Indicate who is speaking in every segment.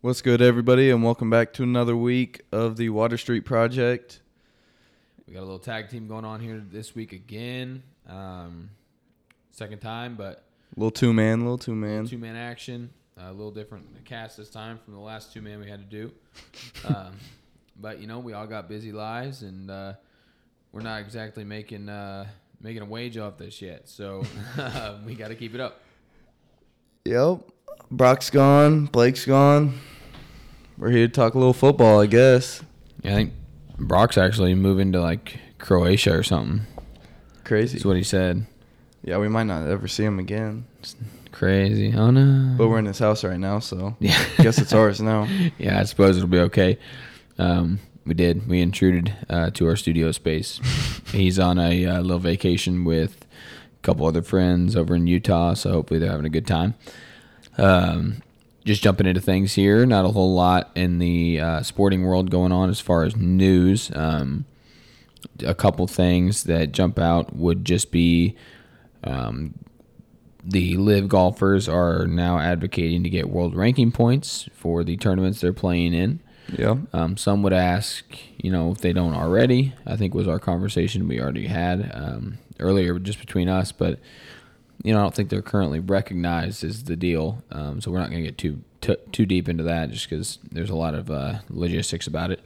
Speaker 1: What's good, everybody, and welcome back to another week of the Water Street Project.
Speaker 2: We got a little tag team going on here this week again. Um, second time, but
Speaker 1: Little two man, little two man.
Speaker 2: two man action. A little different cast this time from the last two man we had to do. um, but you know, we all got busy lives, and uh, we're not exactly making uh, making a wage off this yet. So we got to keep it up.
Speaker 1: Yep. Brock's gone. Blake's gone. We're here to talk a little football, I guess.
Speaker 2: Yeah, I think Brock's actually moving to like Croatia or something.
Speaker 1: Crazy.
Speaker 2: what he said.
Speaker 1: Yeah, we might not ever see him again,
Speaker 2: Crazy. Oh no.
Speaker 1: but we're in his house right now, so
Speaker 2: yeah.
Speaker 1: guess it's ours now.
Speaker 2: yeah, I suppose it'll be okay. Um, we did. We intruded uh, to our studio space. He's on a uh, little vacation with a couple other friends over in Utah, so hopefully they're having a good time. Um, just jumping into things here. Not a whole lot in the uh, sporting world going on as far as news. Um, a couple things that jump out would just be um, the live golfers are now advocating to get world ranking points for the tournaments they're playing in.
Speaker 1: Yeah.
Speaker 2: Um, some would ask, you know, if they don't already. I think was our conversation we already had um, earlier, just between us. But you know, I don't think they're currently recognized as the deal. Um, so we're not going to get too t- too deep into that, just because there's a lot of uh, logistics about it.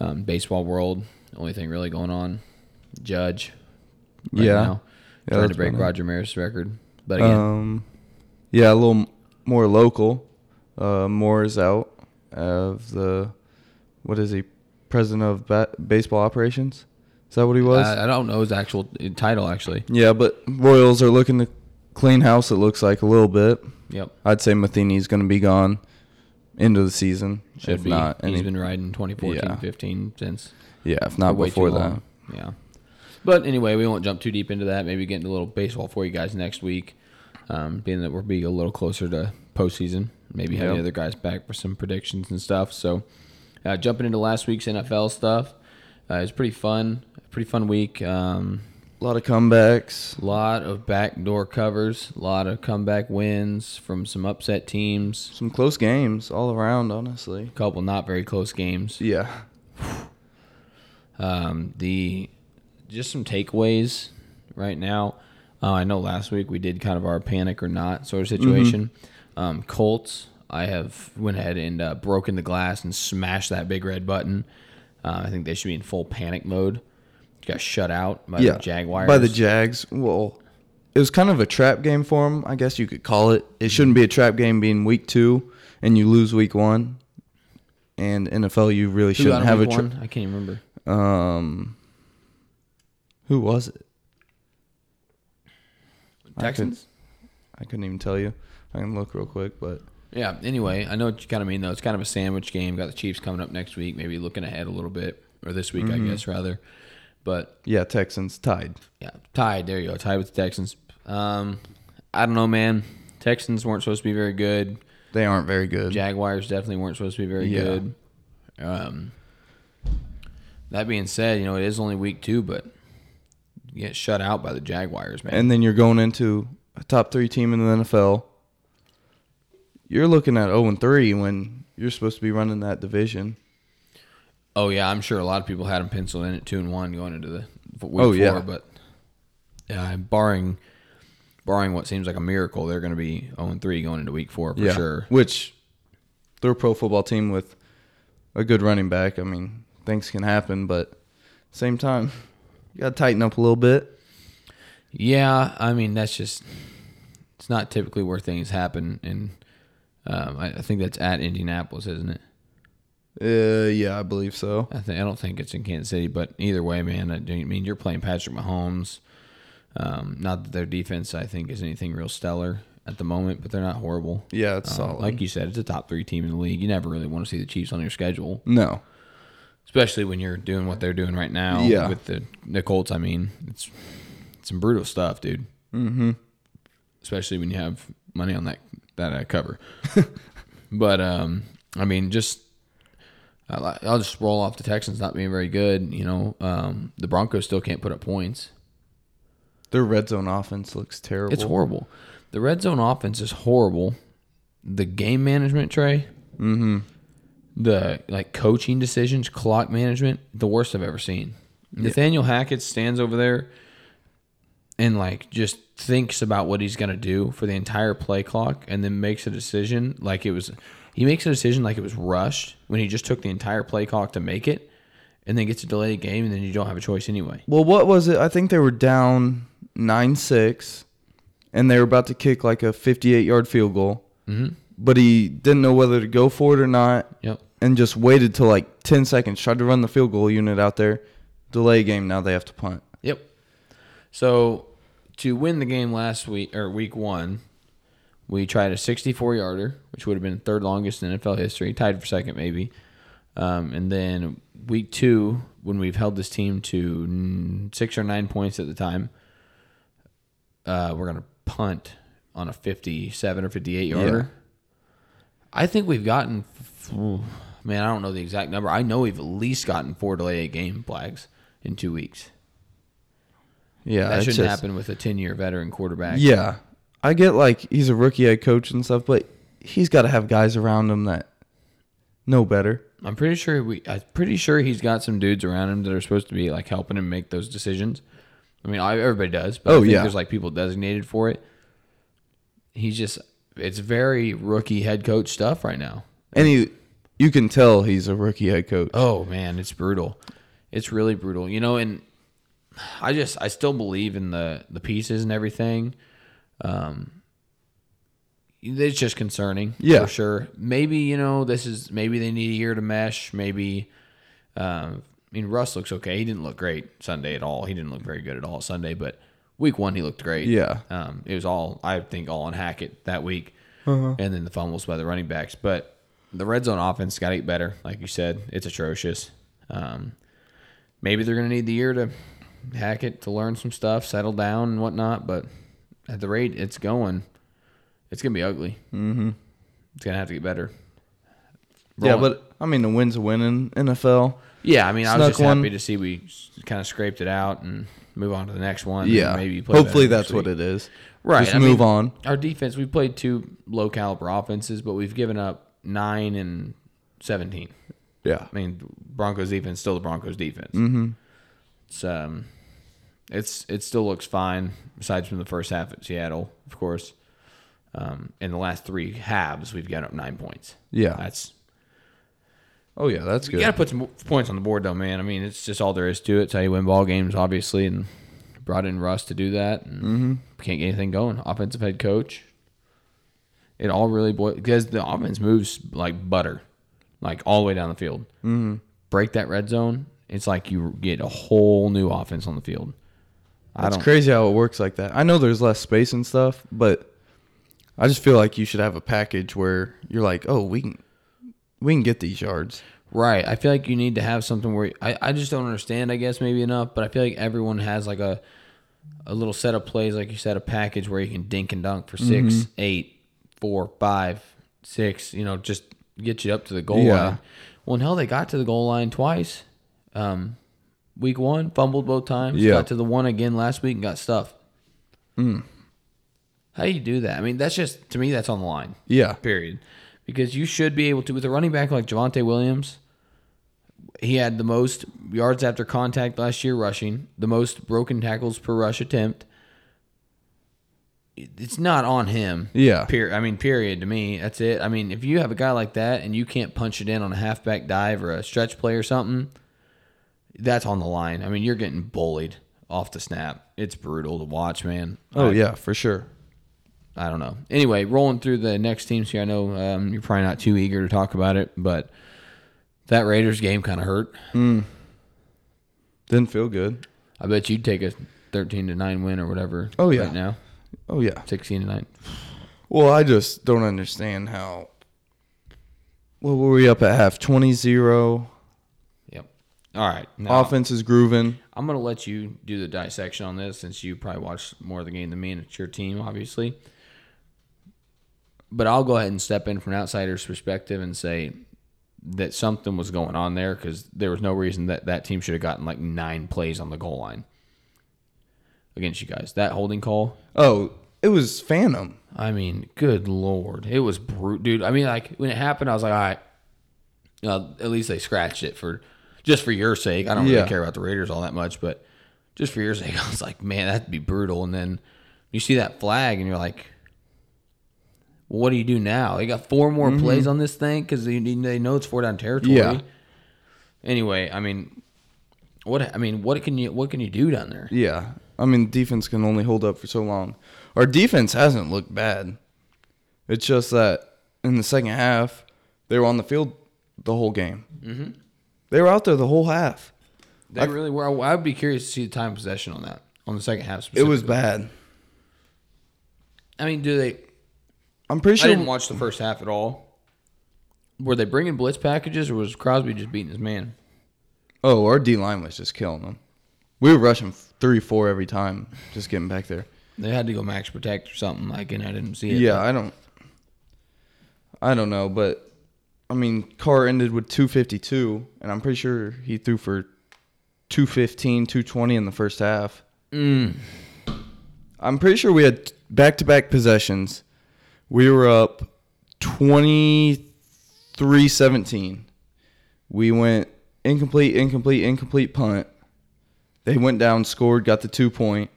Speaker 2: Um, baseball world, only thing really going on. Judge, right
Speaker 1: Yeah.
Speaker 2: now,
Speaker 1: Yeah,
Speaker 2: trying to
Speaker 1: that's
Speaker 2: break
Speaker 1: about it.
Speaker 2: Roger Maris' record, but again,
Speaker 1: Um, yeah, a little m- more local. Uh, Moore is out of the, what is he, president of ba- baseball operations? Is that what he was?
Speaker 2: I, I don't know his actual uh, title actually.
Speaker 1: Yeah, but Royals are looking to clean house. It looks like a little bit.
Speaker 2: Yep,
Speaker 1: I'd say Matheny's going to be gone end of the season.
Speaker 2: should
Speaker 1: if
Speaker 2: be.
Speaker 1: not,
Speaker 2: He's
Speaker 1: any-
Speaker 2: been riding 2014,
Speaker 1: Yeah.
Speaker 2: 15 since.
Speaker 1: yeah, if not
Speaker 2: way
Speaker 1: before
Speaker 2: too
Speaker 1: that.
Speaker 2: long. Yeah. But anyway, we won't jump too deep into that. Maybe get into a little baseball for you guys next week, um, being that we'll be a little closer to postseason. Maybe have
Speaker 1: Yep.
Speaker 2: the other guys back for some predictions and stuff. So, uh, jumping into last week's NFL stuff, uh, it was pretty fun. Pretty fun week. Um,
Speaker 1: A lot of comebacks.
Speaker 2: lot of backdoor covers, a lot of comeback wins from some upset teams,
Speaker 1: Some close games all around, honestly.
Speaker 2: a couple not very close games.
Speaker 1: Yeah.
Speaker 2: um, the just some takeaways right now. Uh, I know last week we did kind of our panic or not sort of situation. Um, Colts, I have went ahead and uh, broken the glass and smashed that big red button. Uh, I think they should be in full panic mode. Got shut out by
Speaker 1: yeah.
Speaker 2: the Jaguars.
Speaker 1: By the Jags. Well, it was kind of a trap game for them, I guess you could call it. It shouldn't be a trap game being week two and you lose week one. And NFL, you really
Speaker 2: Who
Speaker 1: shouldn't
Speaker 2: got in
Speaker 1: have a
Speaker 2: week
Speaker 1: trap.
Speaker 2: one? I can't remember.
Speaker 1: Um, who was it?
Speaker 2: Texans.
Speaker 1: I couldn't even tell you. I can look real quick, but
Speaker 2: Yeah. Anyway, I know what you kind of mean though. It's kind of a sandwich game. Got the Chiefs coming up next week. Maybe looking ahead a little bit, or this week, I guess rather. But
Speaker 1: yeah, Texans tied.
Speaker 2: Yeah, tied. There you go. Tied with the Texans. Um, I don't know, man. Texans weren't supposed to be very good.
Speaker 1: They aren't very good.
Speaker 2: Jaguars definitely weren't supposed to be very
Speaker 1: Yeah.
Speaker 2: good. Um, that being said, you know it is only week two, but you get shut out by the Jaguars, man.
Speaker 1: And then you're going into a top three team in the NFL. You're looking at 0 and 3 when you're supposed to be running that division.
Speaker 2: oh yeah, I'm sure a lot of people had them penciled in at two and one going into the f- week
Speaker 1: Oh,
Speaker 2: four,
Speaker 1: yeah.
Speaker 2: but uh, barring barring what seems like a miracle, they're going to be zero and three going into week four for sure.
Speaker 1: Which they're a pro football team with a good running back. I mean, things can happen, but same time, you got to tighten up a little bit.
Speaker 2: Yeah, I mean that's just it's not typically where things happen, and um, I, I think that's at Indianapolis, isn't it?
Speaker 1: Uh, yeah, I believe so.
Speaker 2: I think I don't think it's in Kansas City, but either way, man, I, do- I mean you're playing Patrick Mahomes. Um, not that their defense, I think, is anything real stellar at the moment, but they're not horrible.
Speaker 1: Yeah, it's
Speaker 2: Um,
Speaker 1: solid.
Speaker 2: Like you said, it's a top three team in the league. You never really want to see the Chiefs on your schedule,
Speaker 1: no.
Speaker 2: especially when you're doing what they're doing right now.
Speaker 1: Yeah.
Speaker 2: with the the Colts, I mean, it's it's some brutal stuff, dude.
Speaker 1: Mm-hmm.
Speaker 2: especially when you have money on that that uh, cover. but um, I mean, just I li- I'll just roll off the Texans not being very good. You know, um, the Broncos still can't put up points.
Speaker 1: Their red zone offense looks terrible.
Speaker 2: It's horrible. The red zone offense is horrible. The game management, Trey,
Speaker 1: Mm-hmm.
Speaker 2: the like coaching decisions, clock management, the worst I've ever seen. Nathaniel Hackett stands over there and like just thinks about what he's gonna do for the entire play clock, and then makes a decision like it was. He makes a decision like it was rushed when he just took the entire play clock to make it, and then gets a delayed game, and then you don't have a choice anyway.
Speaker 1: Well, what was it? I think they were down nine six, and they were about to kick like a fifty-eight yard field goal. Mm-hmm. But he didn't know whether to go for it or not,
Speaker 2: Yep.
Speaker 1: and just waited till like ten seconds. Tried to run the field goal unit out there. Delay game. Now they have to punt.
Speaker 2: Yep. So to win the game last week or week one, we tried a 64 yarder, which would have been third longest in NFL history, tied for second maybe. Um, and then week two, when we've held this team to mm, six or nine points at the time, uh, we're gonna punt on a 57 or 58 yarder. I think we've gotten, f- ooh, man, I don't know the exact number. I know we've at least gotten four delay a game flags in two weeks.
Speaker 1: Yeah,
Speaker 2: That
Speaker 1: Uh, it's
Speaker 2: shouldn't
Speaker 1: just-
Speaker 2: happen with a 10 year veteran quarterback.
Speaker 1: Yeah, I get like he's a rookie head coach and stuff, but he's got to have guys around him that know better.
Speaker 2: I'm pretty sure we I'm pretty sure he's got some dudes around him that are supposed to be like helping him make those decisions. I mean, I, everybody does, but I
Speaker 1: Oh,
Speaker 2: think
Speaker 1: yeah.
Speaker 2: there's like people designated for it. He's just it's very rookie head coach stuff right now.
Speaker 1: And he, you can tell he's a rookie head coach.
Speaker 2: Oh man, it's brutal. It's really brutal. You know, and I just I still believe in the the pieces and everything. Um it's just concerning
Speaker 1: Yeah.
Speaker 2: for sure. Maybe, you know, this is maybe they need a year to mesh, maybe um I mean Russ looks okay. He didn't look great Sunday at all. He didn't look very good at all Sunday, but week 1 he looked great.
Speaker 1: Yeah.
Speaker 2: Um it was all I think all on Hackett that week.
Speaker 1: Uh-huh.
Speaker 2: And then the fumbles by the running backs, but the red zone offense got to get better. Like you said, it's atrocious. Um, maybe they're going to need the year to hack it, to learn some stuff, settle down and whatnot. But at the rate it's going, it's going to be ugly. Mm-hmm. It's going to have to get better.
Speaker 1: yeah,
Speaker 2: Rolling-
Speaker 1: but I mean, the win's a win in NFL.
Speaker 2: yeah, I mean, I was
Speaker 1: snuck
Speaker 2: just
Speaker 1: one.
Speaker 2: happy to see we kind of scraped it out and move on to the next one. and
Speaker 1: Yeah,
Speaker 2: maybe play
Speaker 1: hopefully
Speaker 2: better
Speaker 1: that's
Speaker 2: next
Speaker 1: what
Speaker 2: week.
Speaker 1: it is.
Speaker 2: Right.
Speaker 1: just
Speaker 2: I
Speaker 1: move
Speaker 2: mean,
Speaker 1: on.
Speaker 2: Our defense, we played two low caliber offenses, but we've given up nine and seventeen.
Speaker 1: Yeah,
Speaker 2: I mean, Broncos defense still the Broncos defense. Mm-hmm. It's um, it's it still looks fine, aside from the first half at Seattle, of course. Um, in the last three halves, we've gotten up nine points.
Speaker 1: yeah.
Speaker 2: That's
Speaker 1: oh yeah, that's
Speaker 2: you
Speaker 1: good.
Speaker 2: got to put some points on the board, though, man. I mean, it's just all there is to it. It's how you win ball games, obviously, and brought in Russ to do that. And Can't get anything going. Offensive head coach. It all really boils because the offense moves like butter, like all the way down the field. Mm-hmm. Break that red zone. It's like you get a whole new offense on the field. I
Speaker 1: It's
Speaker 2: don't.
Speaker 1: crazy how it works like that. I know there's less space and stuff, but I just feel like you should have a package where you're like, oh, we can, we can get these yards.
Speaker 2: Right. I feel like you need to have something where I, I just don't understand, I guess, maybe enough, but I feel like everyone has like a a little set of plays, like you said, a package where you can dink and dunk for
Speaker 1: Mm-hmm.
Speaker 2: six, eight, four, five, six, you know, just get you up to the goal
Speaker 1: Yeah.
Speaker 2: line. Well, and hell, they got to the goal line twice. Um, week one, fumbled both times.
Speaker 1: Yeah. Mm.
Speaker 2: Got to the one again last week and got stuffed. How do you do that? I mean, that's just, to me, that's on the line
Speaker 1: Yeah,
Speaker 2: period. Because you should be able to with a running back like Javante Williams. He had the most yards after contact last year rushing, the most broken tackles per rush attempt. It's not on him.
Speaker 1: Yeah.
Speaker 2: Period. I mean, period. To me, that's it. I mean, if you have a guy like that and you can't punch it in on a halfback dive or a stretch play or something, that's on the line. I mean, you're getting bullied off the snap. It's brutal to watch, man.
Speaker 1: Oh yeah, for sure.
Speaker 2: I don't know. Anyway, rolling through the next teams here. I know um, you're probably not too eager to talk about it, but that Raiders game kind of hurt.
Speaker 1: Didn't feel good.
Speaker 2: I bet you'd take a 13 to nine win or whatever.
Speaker 1: Oh, yeah.
Speaker 2: right now
Speaker 1: Oh yeah.
Speaker 2: 16 to nine.
Speaker 1: Well, I just don't understand how. What were we up at half? 20-0.
Speaker 2: Yep. All right. Now,
Speaker 1: Offense is grooving.
Speaker 2: I'm gonna let you do the dissection on this since you probably watched more of the game than me, and it's your team, obviously. But I'll go ahead and step in from an outsider's perspective and say that something was going on there because there was no reason that that team should have gotten like nine plays on the goal line against you guys. That holding call,
Speaker 1: Oh, It was Phantom.
Speaker 2: I mean, good lord, it was brute, dude. I mean, like when it happened, I was like, all right. Uh, at least they scratched it for just for your sake. I don't
Speaker 1: Yeah.
Speaker 2: really care about the Raiders all that much, but just for your sake, I was like, man, that'd be brutal. And then you see that flag, and you're like, what do you do now? They got four more plays on this thing because they, they know it's four down territory.
Speaker 1: Mm-hmm. Yeah.
Speaker 2: Anyway, I mean, what I mean, what can you what can you do down there?
Speaker 1: Yeah. I mean, defense can only hold up for so long. Our defense hasn't looked bad. It's just that in the second half, they were on the field the whole game. Mm-hmm. They were out there the whole half.
Speaker 2: They really were. I would be curious to see the time possession on that on the second half.
Speaker 1: It was
Speaker 2: specifically.
Speaker 1: bad.
Speaker 2: I mean, do they?
Speaker 1: I'm pretty
Speaker 2: I didn't
Speaker 1: sure.
Speaker 2: watch the first half at all. Were they bringing blitz packages, or was Crosby just beating his man?
Speaker 1: Oh, our D line was just killing them. We were rushing three, four every time, just getting back there.
Speaker 2: They had to go max protect or something like, and I didn't see it.
Speaker 1: Yeah, I don't. I don't know, but I mean, Carr ended with 252, and I'm pretty sure he threw for 215, 220 in the first half.
Speaker 2: Mm.
Speaker 1: I'm pretty sure we had back-to-back possessions. We were up 23-17. We went incomplete, incomplete, incomplete punt. They went down, scored, got the two point.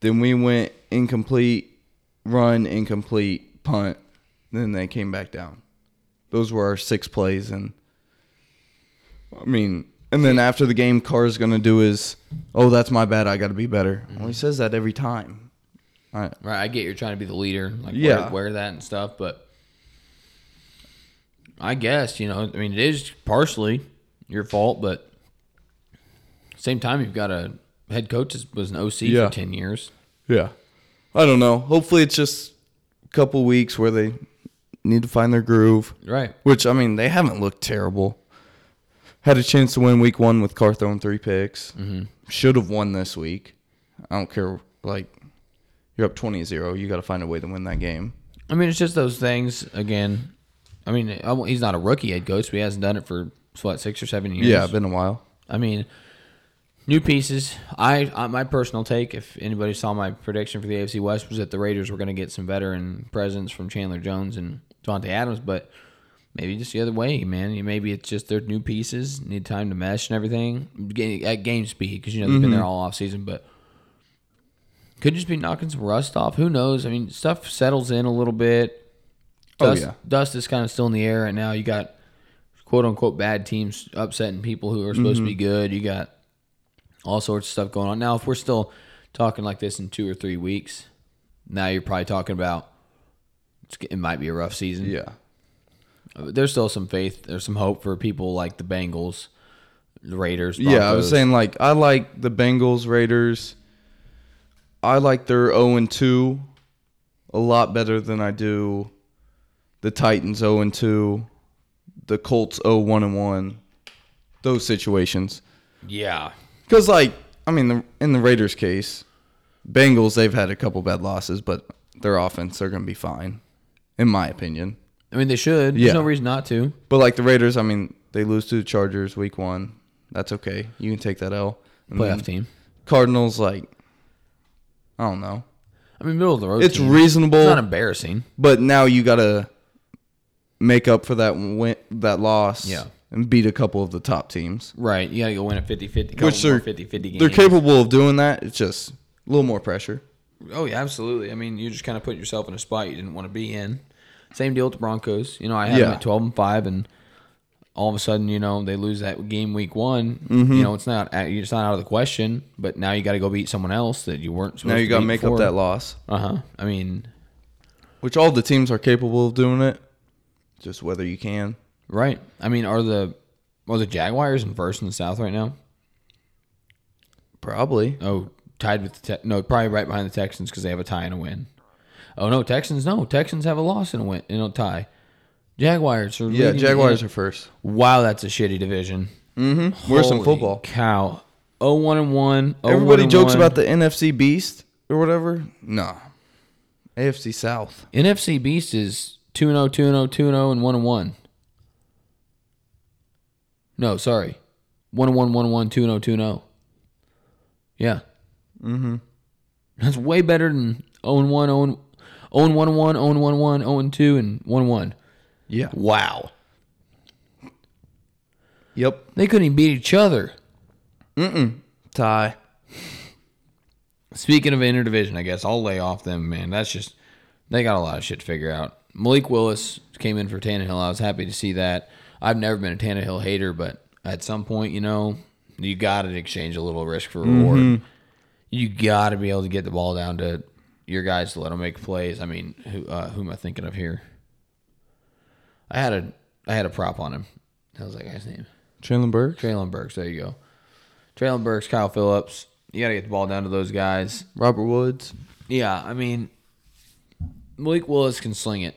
Speaker 1: Then we went incomplete, run, incomplete, punt. Then they came back down. Those were our six plays. And I mean, and then after the game, Carr's going to do his, oh, that's my bad. I got to be better. Well, he says that every time. I,
Speaker 2: Right. I get you're trying to be the leader, like
Speaker 1: Yeah.
Speaker 2: wear, wear that and stuff, but I guess you know. I mean, it is partially your fault, but same time, you've got a head coach that was an OC
Speaker 1: Yeah.
Speaker 2: for ten years.
Speaker 1: yeah. I don't know. Hopefully it's just a couple weeks where they need to find their groove.
Speaker 2: Right.
Speaker 1: Which I mean, they haven't looked terrible. Had a chance to win week one with Carr throwing three picks. Mm-hmm. Should have won this week. I don't care. Like you're up 20-0. You got to find a way to win that game.
Speaker 2: I mean, it's just those things again. I mean, I won't- he's not a rookie head coach, but he hasn't done it for what six or seven years.
Speaker 1: Yeah, been a while.
Speaker 2: I mean, new pieces. I, I my personal take, if anybody saw my prediction for the AFC West, was that the Raiders were going to get some veteran presence from Chandler Jones and Devontae Adams, but maybe just the other way, man. Maybe it's just their new pieces need time to mesh and everything Ga- at game speed because you know they've been
Speaker 1: Mm-hmm.
Speaker 2: there all offseason, but. Could just be knocking some rust off. Who knows? I mean, stuff settles in a little bit.
Speaker 1: Oh,
Speaker 2: Dust,
Speaker 1: yeah.
Speaker 2: dust is kind of still in the air right now. You got quote unquote bad teams upsetting people who are supposed
Speaker 1: Mm-hmm.
Speaker 2: to be good. You got all sorts of stuff going on. Now, if we're still talking like this in two or three weeks, now you're probably talking about it's, it might be a rough season. Uh,
Speaker 1: Yeah.
Speaker 2: There's still some faith. There's some hope for people like the Bengals, the Raiders.
Speaker 1: Yeah, I was
Speaker 2: Broncos.
Speaker 1: saying like I like the Bengals Raiders. I like their 0 and 2 a lot better than I do the Titans 0 and 2, the Colts 0 1 and 1. Those situations.
Speaker 2: Yeah.
Speaker 1: Because, like, I mean, the, in the Raiders' case, Bengals, they've had a couple bad losses, but their offense, they're going to be fine, in my opinion.
Speaker 2: I mean, they should. There's
Speaker 1: Yeah. Mm-hmm.
Speaker 2: no reason not to.
Speaker 1: But, like, the Raiders, I mean, they lose to the Chargers week one. That's okay. You can take that L. And then
Speaker 2: Playoff team.
Speaker 1: Cardinals, like, I don't know.
Speaker 2: I mean, middle of the road.
Speaker 1: It's
Speaker 2: team.
Speaker 1: reasonable,
Speaker 2: It's not embarrassing.
Speaker 1: but now you got to make up for that win, that loss
Speaker 2: Yeah.
Speaker 1: and beat a couple of the top teams.
Speaker 2: Right. You got to go win a 50 50.
Speaker 1: Which they're-
Speaker 2: 50 50 game.
Speaker 1: They're capable of doing that. It's just a little more pressure.
Speaker 2: Oh yeah, absolutely. I mean, you just kind of put yourself in a spot you didn't want to be in. Same deal with the Broncos. You know, I had them
Speaker 1: Yeah.
Speaker 2: at twelve and five, and all of a sudden, you know, they lose that game week one.
Speaker 1: Mm-hmm.
Speaker 2: You know, it's not it's not out of the question. But now you got to go beat someone else that you weren't. Supposed
Speaker 1: Now you
Speaker 2: got to
Speaker 1: make up that loss.
Speaker 2: Uh huh. I mean,
Speaker 1: Which all the teams are capable of doing it. Just whether you can.
Speaker 2: right? I mean, are the are the Jaguars in first in the South right now?
Speaker 1: Probably.
Speaker 2: Oh, tied with the te- no, probably right behind the Texans because they have a tie and a win. Oh no, Texans no, Texans have a loss and a win, you know, tie. Jaguars are
Speaker 1: Yeah,
Speaker 2: leading the
Speaker 1: Jaguars are first.
Speaker 2: Wow, that's a shitty division.
Speaker 1: Mm-hmm. Worse than
Speaker 2: Holy
Speaker 1: football.
Speaker 2: Cow. Oh one and one. oh,
Speaker 1: Everybody
Speaker 2: one and
Speaker 1: jokes
Speaker 2: one.
Speaker 1: about the NFC Beast or whatever. No. AFC South.
Speaker 2: NFC Beast is 2 0, 2 0, 2 0, and 1 1. No, sorry. 1 1, 1 1,
Speaker 1: Mm-hmm.
Speaker 2: oh. 2 0, 2 0. Yeah. Mm hmm. That's way better than own one, own own one one, own one one, own two, and one one.
Speaker 1: Yeah.
Speaker 2: Wow.
Speaker 1: Yep.
Speaker 2: They couldn't even beat each other.
Speaker 1: Tie.
Speaker 2: Speaking of interdivision, I guess I'll lay off them, man. That's just they got a lot of shit to figure out. Malik Willis came in for Tannehill. I was happy to see that. I've never been a Tannehill hater, but at some point, you know, you got to exchange a little risk for reward. You got to be able to get the ball down to your guys to let them make plays. I mean, who uh, who am I thinking of here? I had a I had a prop on him. That was that guy's name.
Speaker 1: Traylon Burke.
Speaker 2: Traylon Burks. There you go. Traylon Burks, Kyle Phillips. You got to get the ball down to those guys.
Speaker 1: Robert Woods.
Speaker 2: Yeah, I mean, Malik Willis can sling it.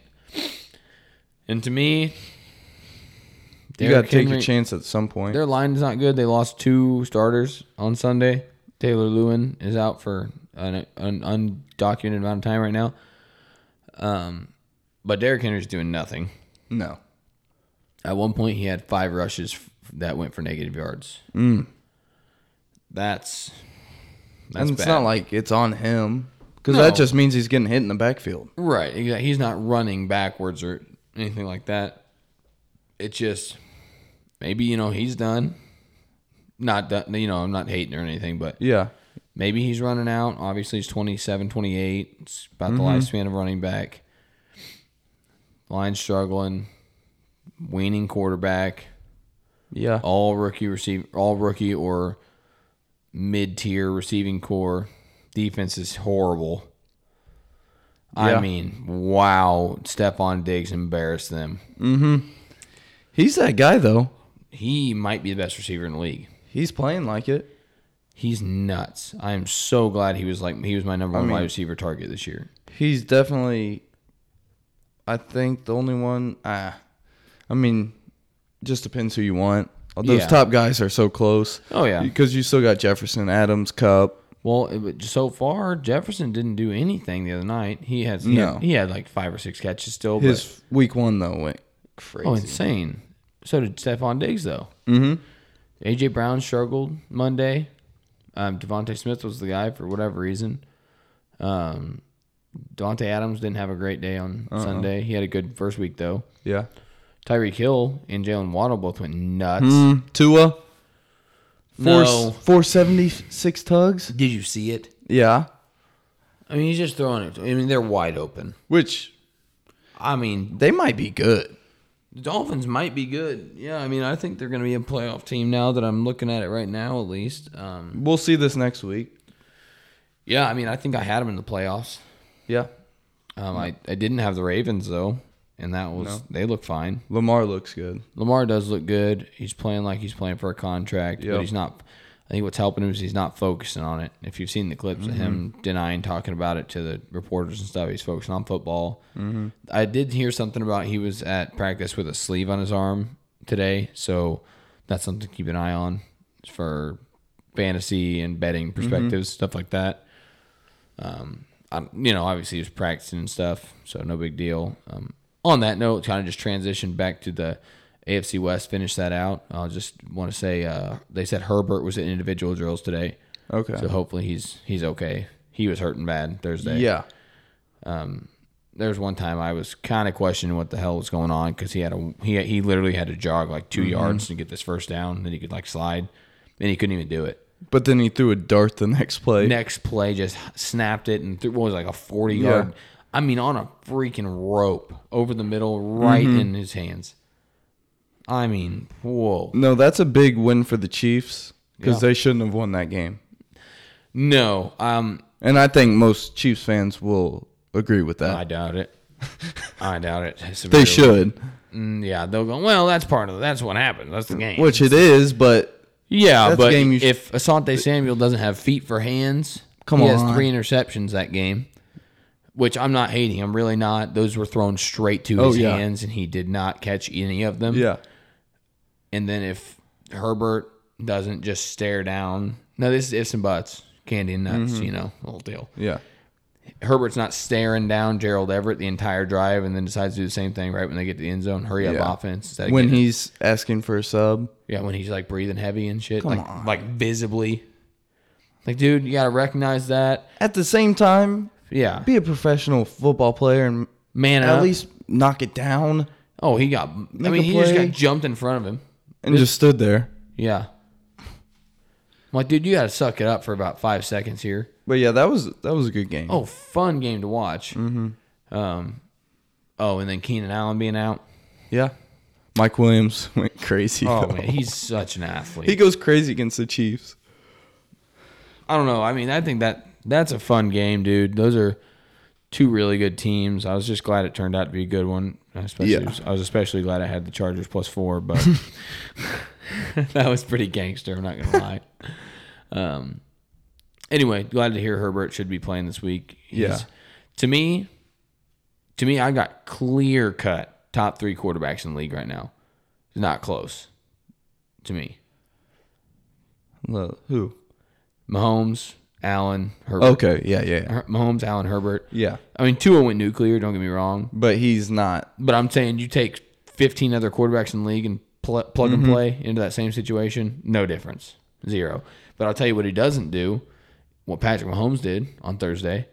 Speaker 2: And to me,
Speaker 1: You got to
Speaker 2: Derrick
Speaker 1: take your
Speaker 2: Henry-
Speaker 1: chance at some point.
Speaker 2: Their line is not good. They lost two starters on Sunday. Taylor Lewin is out for an, an undocumented amount of time right now. Um, but Derrick Henry's doing nothing.
Speaker 1: No.
Speaker 2: At one point, he had five rushes f- that went for negative yards.
Speaker 1: Mm.
Speaker 2: That's that's
Speaker 1: and it's
Speaker 2: bad.
Speaker 1: not like it's on him because
Speaker 2: No.
Speaker 1: that just means he's getting hit in the backfield.
Speaker 2: Right, exactly. He's not running backwards or anything like that. It's just maybe you know he's done. Not done, you know, I'm not hating or anything, but
Speaker 1: Yeah.
Speaker 2: maybe he's running out. Obviously, he's 27, 28. It's about the lifespan of running back. Line struggling, weaning quarterback,
Speaker 1: Yeah.
Speaker 2: all rookie receive, all rookie or mid tier receiving core. Defense is horrible. I
Speaker 1: Yeah.
Speaker 2: mean, wow, Stephon Diggs embarrassed them.
Speaker 1: He's that guy though.
Speaker 2: He might be the best receiver in the league.
Speaker 1: He's playing like it.
Speaker 2: He's nuts. I am so glad he was like he was my number one
Speaker 1: mean-
Speaker 2: wide receiver target this year.
Speaker 1: He's definitely, I think, the only one. Ah, I mean, just depends who you want. Those
Speaker 2: Yeah.
Speaker 1: top guys are so close.
Speaker 2: Oh, yeah.
Speaker 1: because you still got Jefferson, Adams, Cup.
Speaker 2: Well, it, but so far Jefferson didn't do anything the other night. He has he,
Speaker 1: No.
Speaker 2: had, he had like five or six catches still.
Speaker 1: His week one though went
Speaker 2: but,
Speaker 1: crazy.
Speaker 2: oh, insane. So did Stephon Diggs though.
Speaker 1: Mm-hmm.
Speaker 2: AJ Brown struggled Monday. Um, Devontae Smith was the guy for whatever reason. Um, Devontae Adams didn't have a great day on
Speaker 1: Uh-uh.
Speaker 2: Sunday. He had a good first week though.
Speaker 1: Yeah.
Speaker 2: Tyreek Hill and Jalen Waddle both went nuts.
Speaker 1: Mm, Tua. Four,
Speaker 2: No.
Speaker 1: four seventy six tugs.
Speaker 2: Did you see it?
Speaker 1: Yeah.
Speaker 2: I mean, he's just throwing it. I mean, they're wide open.
Speaker 1: Which
Speaker 2: I mean,
Speaker 1: they might be good.
Speaker 2: the Dolphins might be good. Yeah, I mean, I think they're going to be a playoff team now that I'm looking at it right now, at least. Um,
Speaker 1: We'll see this next week.
Speaker 2: yeah, I mean, I think I had them in the playoffs.
Speaker 1: Yeah.
Speaker 2: Um, I, I didn't have the Ravens though, and that was they look fine.
Speaker 1: Lamar looks good.
Speaker 2: Lamar does look good. He's playing like he's playing for a contract,
Speaker 1: Yep.
Speaker 2: but he's not. I think what's helping him is he's not focusing on it. If you've seen the clips of him denying talking about it to the reporters and stuff, he's focusing on football. Mm-hmm. I did hear something about he was at practice with a sleeve on his arm today, so that's something to keep an eye on for fantasy and betting perspectives, stuff like that. Um, I, you know, obviously he was practicing and stuff, so no big deal. Um, on that note, kind of just transition back to the AFC West, finish that out. I'll just want to say uh, they said Herbert was in individual drills today,
Speaker 1: Okay.
Speaker 2: so hopefully he's he's okay. He was hurting bad Thursday.
Speaker 1: yeah.
Speaker 2: There was one time I was kind of questioning what the hell was going on because he had a he he literally had to jog like
Speaker 1: Mm-hmm.
Speaker 2: 2 yards to get this first down, then he could like slide, and he couldn't even do it.
Speaker 1: But then he threw a dart the next play.
Speaker 2: next play just snapped it and threw what was it, like a 40 yard i mean on a freaking rope over the middle right
Speaker 1: Mm-hmm.
Speaker 2: in his hands i mean whoa
Speaker 1: No, that's a big win for the Chiefs because
Speaker 2: Yeah.
Speaker 1: they shouldn't have won that game.
Speaker 2: no um
Speaker 1: And I think most Chiefs fans will agree with that.
Speaker 2: i doubt it i doubt it
Speaker 1: they should,
Speaker 2: Mm, yeah they'll go well that's part of that's what happened that's the game
Speaker 1: which it is, but
Speaker 2: yeah
Speaker 1: that's
Speaker 2: but
Speaker 1: game you sh-
Speaker 2: if asante samuel doesn't have feet for hands
Speaker 1: Come
Speaker 2: he
Speaker 1: on.
Speaker 2: has three interceptions that game which I'm not hating. I'm really not. Those were thrown straight to
Speaker 1: Oh,
Speaker 2: his
Speaker 1: yeah.
Speaker 2: hands, and he did not catch any of them.
Speaker 1: yeah,
Speaker 2: And then if Herbert doesn't just stare down, now this is ifs and buts, candy and nuts,
Speaker 1: Mm-hmm.
Speaker 2: you know, whole deal.
Speaker 1: yeah,
Speaker 2: Herbert's not staring down Gerald Everett the entire drive, and then decides to do the same thing right when they get to the end zone. Hurry up,
Speaker 1: Yeah.
Speaker 2: offense. Instead of
Speaker 1: when
Speaker 2: getting-
Speaker 1: he's asking for a sub,
Speaker 2: yeah, when he's like breathing heavy and shit, like like visibly. Like, dude, you gotta recognize that.
Speaker 1: at the same time,
Speaker 2: Yeah.
Speaker 1: Be a professional football player and
Speaker 2: Man
Speaker 1: at
Speaker 2: up.
Speaker 1: least knock it down
Speaker 2: Oh, he got. I
Speaker 1: Make
Speaker 2: mean,
Speaker 1: a
Speaker 2: he just
Speaker 1: play.
Speaker 2: got jumped in front of him.
Speaker 1: and just stood there.
Speaker 2: Yeah. I'm like, dude, you got to suck it up for about five seconds here.
Speaker 1: But yeah, that was that was a good game.
Speaker 2: Oh, fun game to watch. Mm-hmm. Um, oh, and then Keenan Allen being out.
Speaker 1: yeah. Mike Williams went crazy.
Speaker 2: Oh
Speaker 1: though.
Speaker 2: man, he's such an athlete.
Speaker 1: He goes crazy against the Chiefs.
Speaker 2: I don't know. I mean, I think that that's a fun game, dude. Those are two really good teams. I was just glad it turned out to be a good one. I Especially,
Speaker 1: Yeah.
Speaker 2: I was especially glad I had the Chargers plus four, but that was pretty gangster. I'm not gonna lie. um. Anyway, glad to hear Herbert should be playing this week.
Speaker 1: Yeah.
Speaker 2: To me, to me, I got clear cut top three quarterbacks in the league right now. It's not close. To me,
Speaker 1: Well, Who?
Speaker 2: Mahomes, Allen, Herbert.
Speaker 1: Okay, yeah, yeah, yeah.
Speaker 2: Her- Mahomes, Allen, Herbert.
Speaker 1: Yeah.
Speaker 2: I mean, Tua went nuclear. Don't get me wrong,
Speaker 1: But he's not.
Speaker 2: but I'm saying you take 15 other quarterbacks in the league and pl- plug and play into that same situation. No difference, zero. But I'll tell you what he doesn't do. What Patrick Mahomes did on Thursday: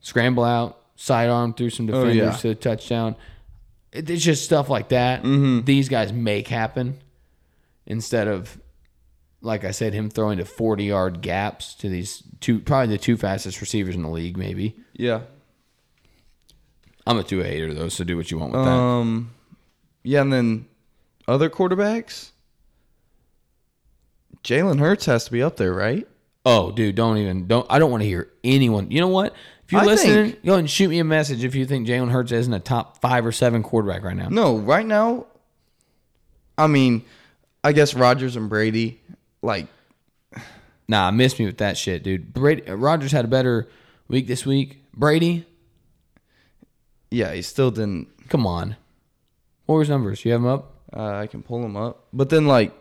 Speaker 2: scramble out, sidearm through some defenders
Speaker 1: yeah.
Speaker 2: to the touchdown. It- It's just stuff like that. These guys make happen instead of like I said, him throwing to 40 yard gaps to these two, probably the two fastest receivers in the league, maybe.
Speaker 1: Yeah.
Speaker 2: I'm a two hater, though, so do what you want with that.
Speaker 1: Um Yeah, and then other quarterbacks? Jalen Hurts has to be up there, right?
Speaker 2: Oh, dude, don't even, don't, I don't want to hear anyone. You know what? If you're
Speaker 1: I
Speaker 2: listening, go ahead and shoot me a message if you think Jalen Hurts isn't a top five or seven quarterback right now.
Speaker 1: No, right now I mean, I guess Rodgers and Brady like
Speaker 2: Nah, miss me with that shit, dude. Brady, Rodgers had a better week this week. Brady,
Speaker 1: yeah, he still didn't
Speaker 2: come on. What were his numbers? You have him up?
Speaker 1: uh, I can pull him up. But then like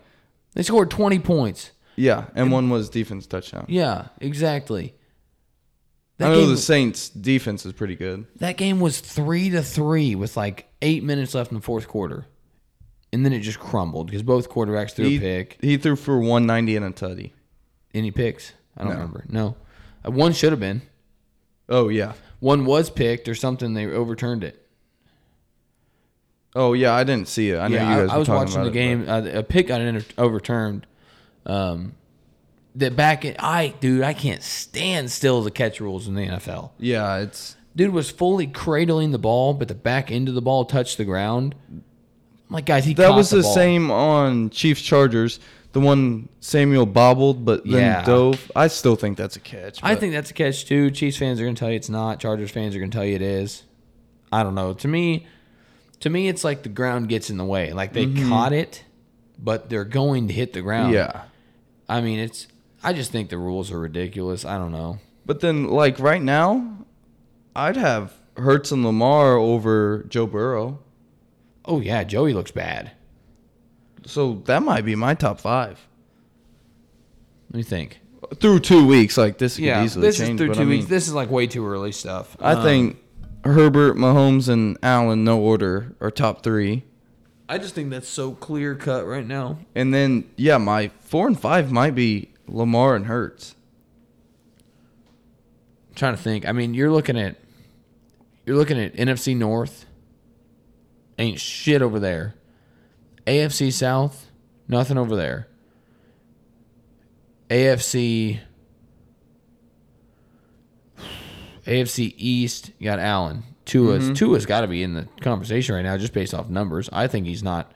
Speaker 2: They scored 20 points.
Speaker 1: yeah, and one was defense touchdown.
Speaker 2: Yeah, exactly. That
Speaker 1: I know
Speaker 2: game-
Speaker 1: the Saints defense is pretty good.
Speaker 2: That game was three to three with like eight minutes left in the fourth quarter, and then it just crumbled because both quarterbacks threw
Speaker 1: He,
Speaker 2: a pick.
Speaker 1: he threw for 190 and a tutty.
Speaker 2: Any picks? I don't remember. No, Uh, one should have been.
Speaker 1: Oh yeah.
Speaker 2: One was picked or something. They overturned it.
Speaker 1: Oh yeah, I didn't see it. I know
Speaker 2: yeah,
Speaker 1: you guys
Speaker 2: I, I
Speaker 1: were
Speaker 2: was
Speaker 1: talking
Speaker 2: watching
Speaker 1: about
Speaker 2: the
Speaker 1: it,
Speaker 2: game. uh, a pick got inter- overturned. Um, that back in I dude, I can't stand still the catch rules in the NFL.
Speaker 1: but- Yeah, it's
Speaker 2: Dude was fully cradling the ball, but the back end of the ball touched the ground. I'm like guys, he
Speaker 1: That
Speaker 2: caught
Speaker 1: was the,
Speaker 2: ball.
Speaker 1: same on Chiefs Chargers. The one Samuel bobbled, but then
Speaker 2: Yeah.
Speaker 1: dove. I still think that's a catch.
Speaker 2: I
Speaker 1: but-
Speaker 2: think that's a catch too. Chiefs fans are going to tell you it's not. Chargers fans are going to tell you it is. I don't know. To me, to me, it's like the ground gets in the way. Like they caught it, but they're going to hit the ground.
Speaker 1: Mm-hmm. yeah.
Speaker 2: I mean, it's. I just think the rules are ridiculous. I don't know.
Speaker 1: But then, like right now, I'd have Hertz and Lamar over Joe Burrow.
Speaker 2: Oh yeah, Joey looks bad.
Speaker 1: So that might be my top five
Speaker 2: Let me think.
Speaker 1: through two weeks. Like this could easily change. but I mean,
Speaker 2: This um, is like way too early stuff.
Speaker 1: I think Herbert, Mahomes, and Allen, no order, are top three.
Speaker 2: I just think that's so clear cut right now.
Speaker 1: And then, yeah, my four and five might be Lamar and Hertz.
Speaker 2: I'm trying to think. I mean, you're looking at you're looking at NFC North. Ain't shit over there. AFC South, nothing over there. AFC AFC East, you got Allen. Tua's Tua's got to be in the conversation right now just based off numbers. I think he's not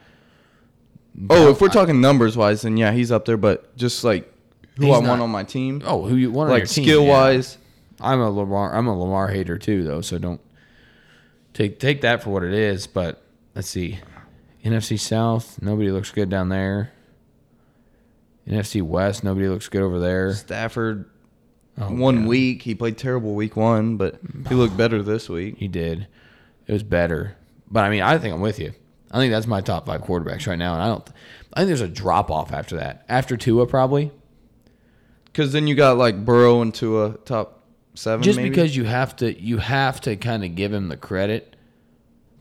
Speaker 1: Oh, if we're talking numbers wise, then yeah, he's up there. But just like who
Speaker 2: He's
Speaker 1: I want
Speaker 2: not-
Speaker 1: on my team,
Speaker 2: Oh, who you want on
Speaker 1: like
Speaker 2: your team,
Speaker 1: skill
Speaker 2: yeah.
Speaker 1: wise,
Speaker 2: I'm a Lamar. I'm a Lamar hater too, though. So don't take take that for what it is. But let's see, NFC South. Nobody looks good down there. NFC West. Nobody looks good over there.
Speaker 1: Stafford.
Speaker 2: Oh,
Speaker 1: One week he played terrible week one, but he looked better this week.
Speaker 2: He did. It was better. But I mean, I think I'm with you. I think that's my top five quarterbacks right now, and I don't. I think there's a drop off after that. After Tua, probably.
Speaker 1: Because then you got like Burrow into a top seven.
Speaker 2: just
Speaker 1: maybe?
Speaker 2: because you have to you have to kind of give him the credit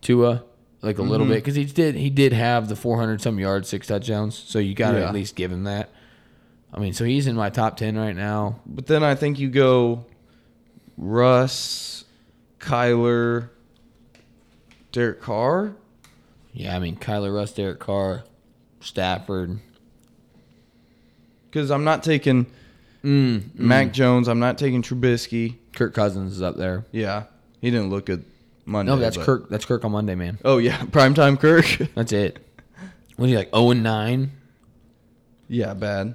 Speaker 2: to a like a little
Speaker 1: Mm-hmm.
Speaker 2: bit because he did he did have the 400 some yards six touchdowns so you got to
Speaker 1: Yeah.
Speaker 2: at least give him that i mean so he's in my top 10 right now
Speaker 1: but then I think you go Russ, Kyler, Derek Carr.
Speaker 2: Yeah, I mean Kyler Russ, Derek Carr, Stafford.
Speaker 1: Because I'm not taking
Speaker 2: Mm,
Speaker 1: Mac Jones. I'm not taking Trubisky.
Speaker 2: Kirk Cousins is up there.
Speaker 1: Yeah, he didn't look good Monday.
Speaker 2: No, that's
Speaker 1: but-
Speaker 2: Kirk. That's Kirk on Monday, man.
Speaker 1: Oh yeah, primetime Kirk.
Speaker 2: That's it. What are you like? Zero and nine.
Speaker 1: yeah, bad.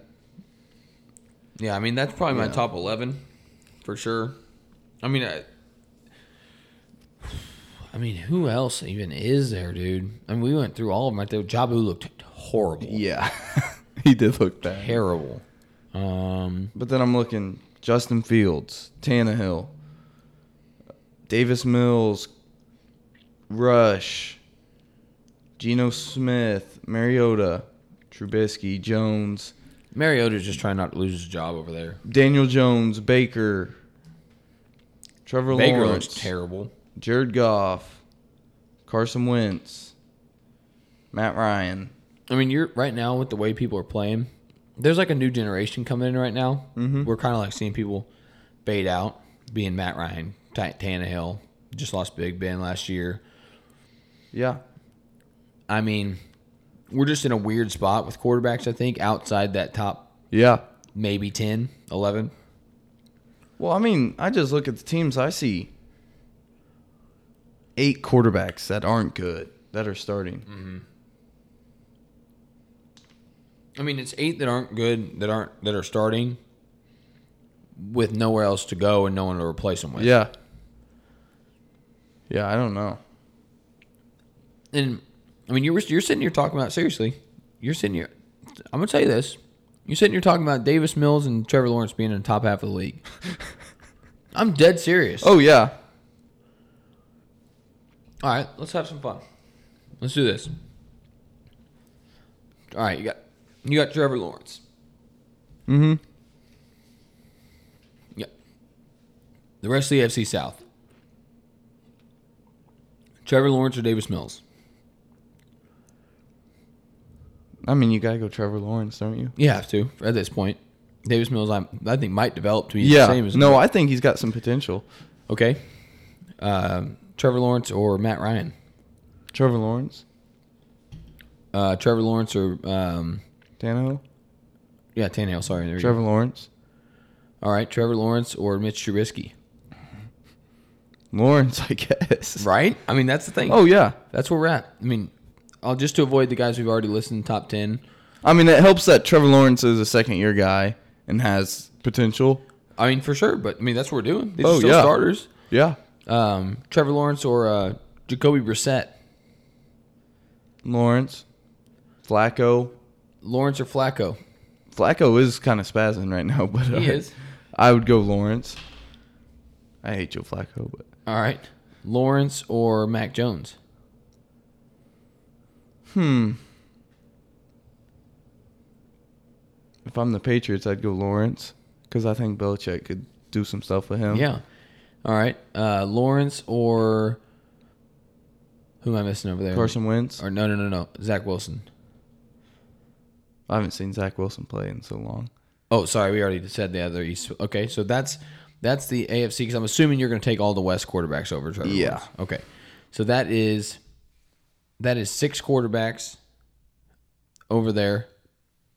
Speaker 2: Yeah, I mean that's probably my
Speaker 1: Yeah.
Speaker 2: top eleven for sure. I mean, I, I mean, who else even is there, dude? I mean, we went through all of them right there. Jabu looked horrible,
Speaker 1: Yeah, he did look bad.
Speaker 2: terrible. Um,
Speaker 1: But then I'm looking Justin Fields, Tannehill, Davis Mills, Rush, Geno Smith, Mariota, Trubisky, Jones,
Speaker 2: Mariota's just trying not to lose his job over there.
Speaker 1: Daniel Jones, Baker, Trevor
Speaker 2: Baker
Speaker 1: Lawrence,
Speaker 2: looks terrible.
Speaker 1: Jared Goff, Carson Wentz, Matt Ryan.
Speaker 2: I mean, you're right now with the way people are playing. There's like a new generation coming in right now. Mm-hmm. We're kind of like seeing people fade out, being Matt Ryan, T- Tannehill, just lost Big Ben last year.
Speaker 1: Yeah.
Speaker 2: I mean, we're just in a weird spot with quarterbacks, I think, outside that top
Speaker 1: Yeah.
Speaker 2: maybe 10, 11.
Speaker 1: Well, I mean, I just look at the teams I see. Eight quarterbacks that aren't good that are starting.
Speaker 2: Mm-hmm. I mean, it's eight that aren't good, that aren't that are starting with nowhere else to go and no one to replace them with.
Speaker 1: Yeah. Yeah, I don't know.
Speaker 2: And I mean, you're you're sitting here talking about seriously. You're sitting here. I'm gonna tell you this. You're sitting here talking about Davis Mills and Trevor Lawrence being in the top half of the league. I'm dead serious.
Speaker 1: Oh yeah.
Speaker 2: All right, let's have some fun. Let's do this. All right, you got you got Trevor Lawrence.
Speaker 1: Mhm.
Speaker 2: Yep. The rest of the AFC South. Trevor Lawrence or Davis Mills?
Speaker 1: I mean, you gotta go Trevor Lawrence, don't you?
Speaker 2: You have to at this point. Davis Mills, I, I think, might develop to be
Speaker 1: Yeah.
Speaker 2: the same as
Speaker 1: no, I think he's got some potential.
Speaker 2: Okay. Um, Trevor Lawrence or Matt Ryan?
Speaker 1: Trevor Lawrence,
Speaker 2: Uh, Trevor Lawrence or um,
Speaker 1: Tannehill,
Speaker 2: yeah, Tannehill. Sorry, there you
Speaker 1: Trevor Lawrence,
Speaker 2: go. All right, Trevor Lawrence or Mitch Trubisky?
Speaker 1: Lawrence, I guess.
Speaker 2: Right? I mean, that's the thing.
Speaker 1: Oh yeah.
Speaker 2: that's where we're at. I mean, I'll just to avoid the guys we've already listed in the top ten.
Speaker 1: I mean, it helps that Trevor Lawrence is a second-year guy and has potential.
Speaker 2: I mean, for sure, but I mean that's what we're doing. These
Speaker 1: Oh,
Speaker 2: are still
Speaker 1: yeah.
Speaker 2: starters.
Speaker 1: Yeah.
Speaker 2: Um, Trevor Lawrence or uh, Jacoby Brissett?
Speaker 1: Lawrence, Flacco.
Speaker 2: Lawrence or Flacco?
Speaker 1: Flacco is kind of spazzing right now, but uh,
Speaker 2: He is.
Speaker 1: I would go Lawrence. I hate Joe Flacco, but
Speaker 2: All right, Lawrence or Mac Jones?
Speaker 1: hmm. If I'm the Patriots, I'd go Lawrence because I think Belichick could do some stuff with him.
Speaker 2: Yeah. All right. Uh, Lawrence or who am I missing over there?
Speaker 1: Carson Wentz.
Speaker 2: Or no, no, no, no. Zach Wilson.
Speaker 1: I haven't seen Zach Wilson play in so long.
Speaker 2: Oh, sorry. We already said the other East. Okay, so that's that's the AFC because I'm assuming you're going to take all the West quarterbacks over Trevor.
Speaker 1: Yeah.
Speaker 2: Lawrence. Okay. So that is that is six quarterbacks over there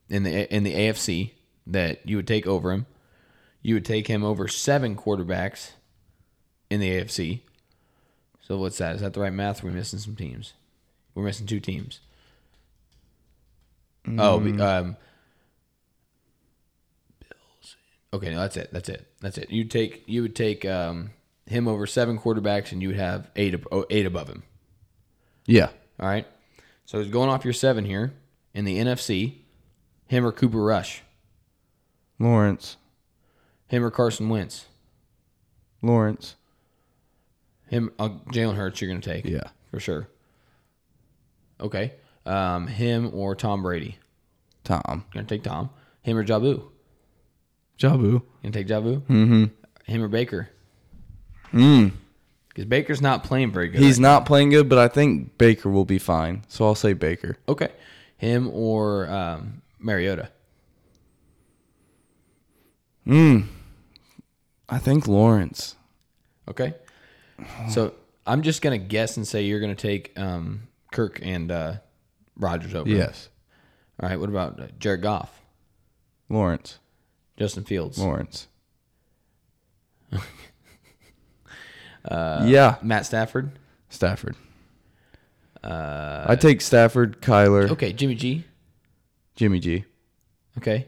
Speaker 2: in the in the AFC that you would take over him. You would take him over seven quarterbacks in the AFC. So what's that? Is that the right math? We're missing some teams. We're missing two teams. Oh, be- um, Okay, no, that's it. That's it. That's it. You take you would take um, him over seven quarterbacks, and you would have eight ab- oh, eight above him.
Speaker 1: Yeah.
Speaker 2: All right. So it's going off your seven here in the NFC. Him or Cooper Rush.
Speaker 1: Lawrence.
Speaker 2: Him or Carson Wentz.
Speaker 1: Lawrence.
Speaker 2: Him uh, Jalen Hurts. You're going to take.
Speaker 1: Yeah.
Speaker 2: for sure. Okay. Um, him or Tom Brady.
Speaker 1: Tom.
Speaker 2: Going to take Tom. Him or Jabu.
Speaker 1: Jabu.
Speaker 2: Going to take Jabu.
Speaker 1: Mm-hmm.
Speaker 2: Him or Baker.
Speaker 1: Mm.
Speaker 2: Because Baker's not playing very good.
Speaker 1: He's not playing good, but I think Baker will be fine. So I'll say Baker.
Speaker 2: Okay. Him or um, Mariota.
Speaker 1: Mm. I think Lawrence.
Speaker 2: Okay. So I'm just gonna guess and say you're gonna take um, Kirk and uh, Rogers over.
Speaker 1: Yes.
Speaker 2: All right. What about uh, Jared Goff,
Speaker 1: Lawrence.
Speaker 2: Justin Fields,
Speaker 1: Lawrence. yeah.
Speaker 2: Matt Stafford?
Speaker 1: Stafford. I take Stafford, Kyler,
Speaker 2: Okay, Jimmy G.
Speaker 1: Jimmy G,
Speaker 2: Okay.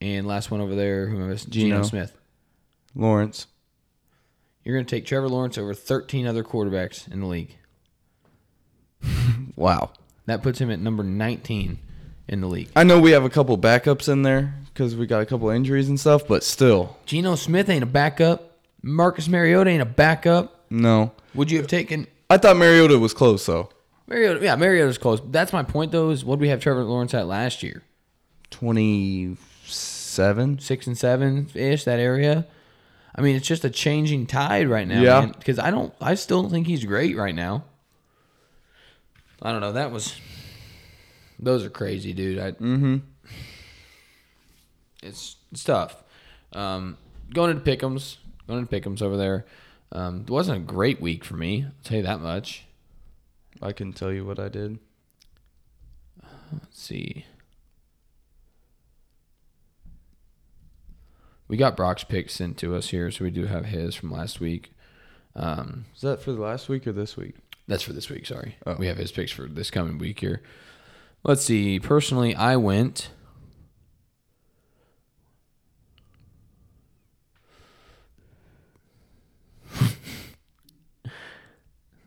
Speaker 2: And last one over there, who am I missing?
Speaker 1: Geno.
Speaker 2: Geno Smith.
Speaker 1: Lawrence,
Speaker 2: You're gonna take Trevor Lawrence over 13 other quarterbacks in the league.
Speaker 1: Wow.
Speaker 2: That puts him at number 19 in the league.
Speaker 1: I know we have a couple backups in there because we got a couple injuries and stuff, but still,
Speaker 2: Geno Smith ain't a backup. Marcus Mariota ain't a backup.
Speaker 1: no.
Speaker 2: Would you have taken
Speaker 1: I thought Mariota was close though.
Speaker 2: Mariota? Yeah, Mariota's close. That's my point though. Is what we have Trevor Lawrence at last year,
Speaker 1: Twenty-seven.
Speaker 2: six and seven ish that area. I mean, it's just a changing tide right now.
Speaker 1: Yeah.
Speaker 2: Because I don't, I still don't think he's great right now. I don't know. That was. Those are crazy, dude. I. Mm-hmm. It's it's tough. Um, going into Pickums, going into Pickums over there. Um, it wasn't a great week for me. I'll tell you that much.
Speaker 1: I can tell you what I did.
Speaker 2: Let's see. We got Brock's pick sent to us here, so we do have his from last week. Um,
Speaker 1: Is that for the last week or this week?
Speaker 2: that's for this week, sorry. We have his picks for this coming week here. Let's see. Personally, I went.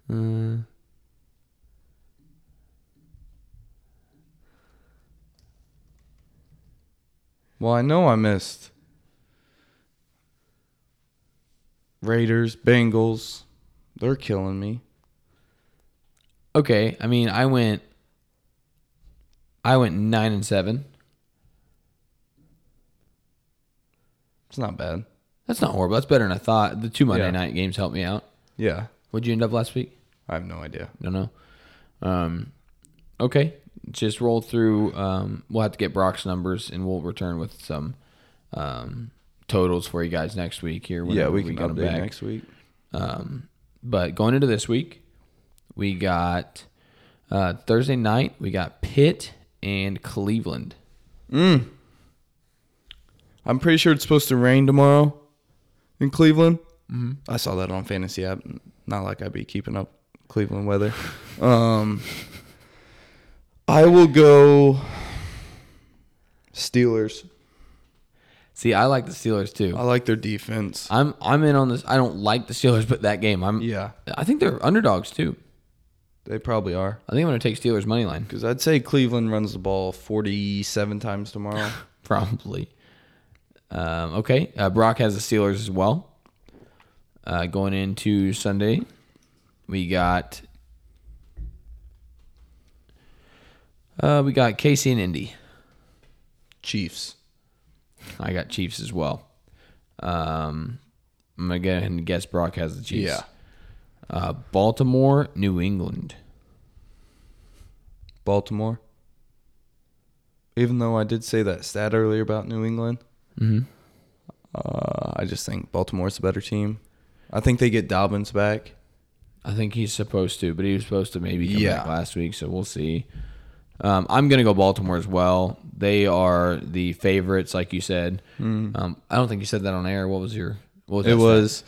Speaker 2: Uh,
Speaker 1: Well, I know I missed Raiders, Bengals. They're killing me.
Speaker 2: Okay, I mean, I went, I went nine and seven.
Speaker 1: It's not bad.
Speaker 2: That's not horrible. That's better than I thought. The two Monday
Speaker 1: Yeah.
Speaker 2: night games helped me out.
Speaker 1: Yeah,
Speaker 2: What'd you end up last week?
Speaker 1: I have no idea.
Speaker 2: Don't know. Um, okay, just roll through. Um, we'll have to get Brock's numbers, and we'll return with some um, totals for you guys next week. Here,
Speaker 1: yeah,
Speaker 2: whenever
Speaker 1: we can
Speaker 2: get 'em
Speaker 1: update next week.
Speaker 2: But going into this week, we got uh, Thursday night. We got Pitt and Cleveland.
Speaker 1: I'm pretty sure it's supposed to rain tomorrow in Cleveland. I saw that on fantasy app. Not like I'd be keeping up Cleveland weather. Um, I will go Steelers.
Speaker 2: See, I like the Steelers too.
Speaker 1: I like their defense.
Speaker 2: I'm I'm in on this. I don't like the Steelers, but that game, I'm.
Speaker 1: Yeah,
Speaker 2: I think they're underdogs too.
Speaker 1: they probably are.
Speaker 2: I think I'm going to take Steelers money line
Speaker 1: Because I'd say Cleveland runs the ball 47 times tomorrow.
Speaker 2: probably. Um, okay, uh, Brock has the Steelers as well. Uh, going into Sunday, we got uh, we got Casey and Indy.
Speaker 1: Chiefs.
Speaker 2: I got Chiefs as well. Um, I'm gonna go ahead and guess Brock has the Chiefs.
Speaker 1: Yeah.
Speaker 2: Uh, Baltimore, New England.
Speaker 1: Baltimore. Even though I did say that stat earlier about New England,
Speaker 2: Mm-hmm.
Speaker 1: uh, I just think Baltimore's a better team. I think they get Dobbins back.
Speaker 2: I think he's supposed to, but he was supposed to maybe come
Speaker 1: Yeah.
Speaker 2: back last week, so we'll see. Um, I'm going to go Baltimore as well. They are the favorites, like you said. Um, I don't think you said that on air. What was your? What was that
Speaker 1: Hmm. It
Speaker 2: stat?
Speaker 1: was.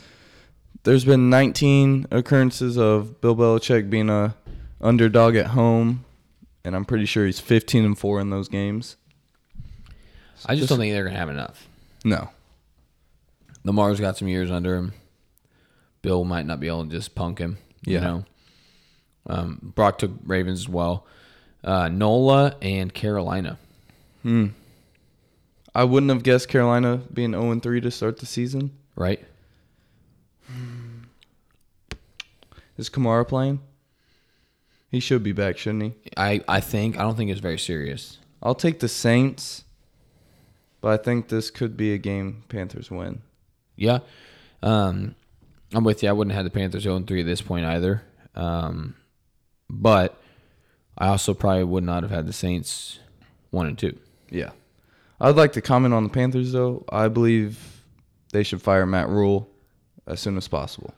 Speaker 1: There's been 19 occurrences of Bill Belichick being a underdog at home, and I'm pretty sure he's 15 and four in those games.
Speaker 2: I just don't think they're going to have enough.
Speaker 1: No,
Speaker 2: Lamar's got some years under him. Bill might not be able to just punk him. You
Speaker 1: Yeah.
Speaker 2: know. Um, Brock took Ravens as well. Uh, Nola and Carolina.
Speaker 1: I wouldn't have guessed Carolina being 0 and 3 to start the season.
Speaker 2: right?
Speaker 1: Is Kamara playing? He should be back, shouldn't he?
Speaker 2: I, I think I don't think it's very serious.
Speaker 1: I'll take the Saints, but I think this could be a game Panthers win.
Speaker 2: Yeah. Um, I'm with you. I wouldn't have had the Panthers 0 3 at this point either. Um, but I also probably would not have had the Saints 1 and 2.
Speaker 1: Yeah. I'd like to comment on the Panthers, though. I believe they should fire Matt Rule as soon as possible.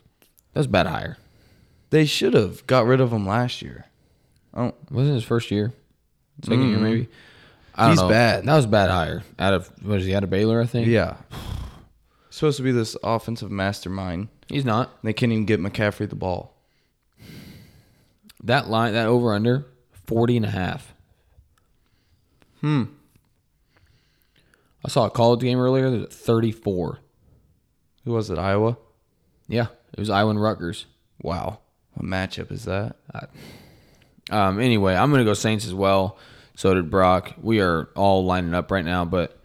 Speaker 2: That was about higher.
Speaker 1: They should have got rid of him last year. Oh,
Speaker 2: Wasn't his first year? 2nd year maybe.
Speaker 1: Mm-hmm.
Speaker 2: I don't
Speaker 1: He's
Speaker 2: know.
Speaker 1: bad.
Speaker 2: That was bad hire. Out of what is he out of Baylor? I think.
Speaker 1: yeah. Supposed to be this offensive mastermind.
Speaker 2: He's not.
Speaker 1: They can't even get McCaffrey the ball.
Speaker 2: That line, that over under, 40 and a half. Hmm.
Speaker 1: Hmm.
Speaker 2: I saw a college game earlier that was at 34.
Speaker 1: Who was it? Iowa.
Speaker 2: Yeah, it was Iowa and Rutgers.
Speaker 1: Wow. What matchup is that?
Speaker 2: Um, anyway, I'm going to go Saints as well. So did Brock. We are all lining up right now, but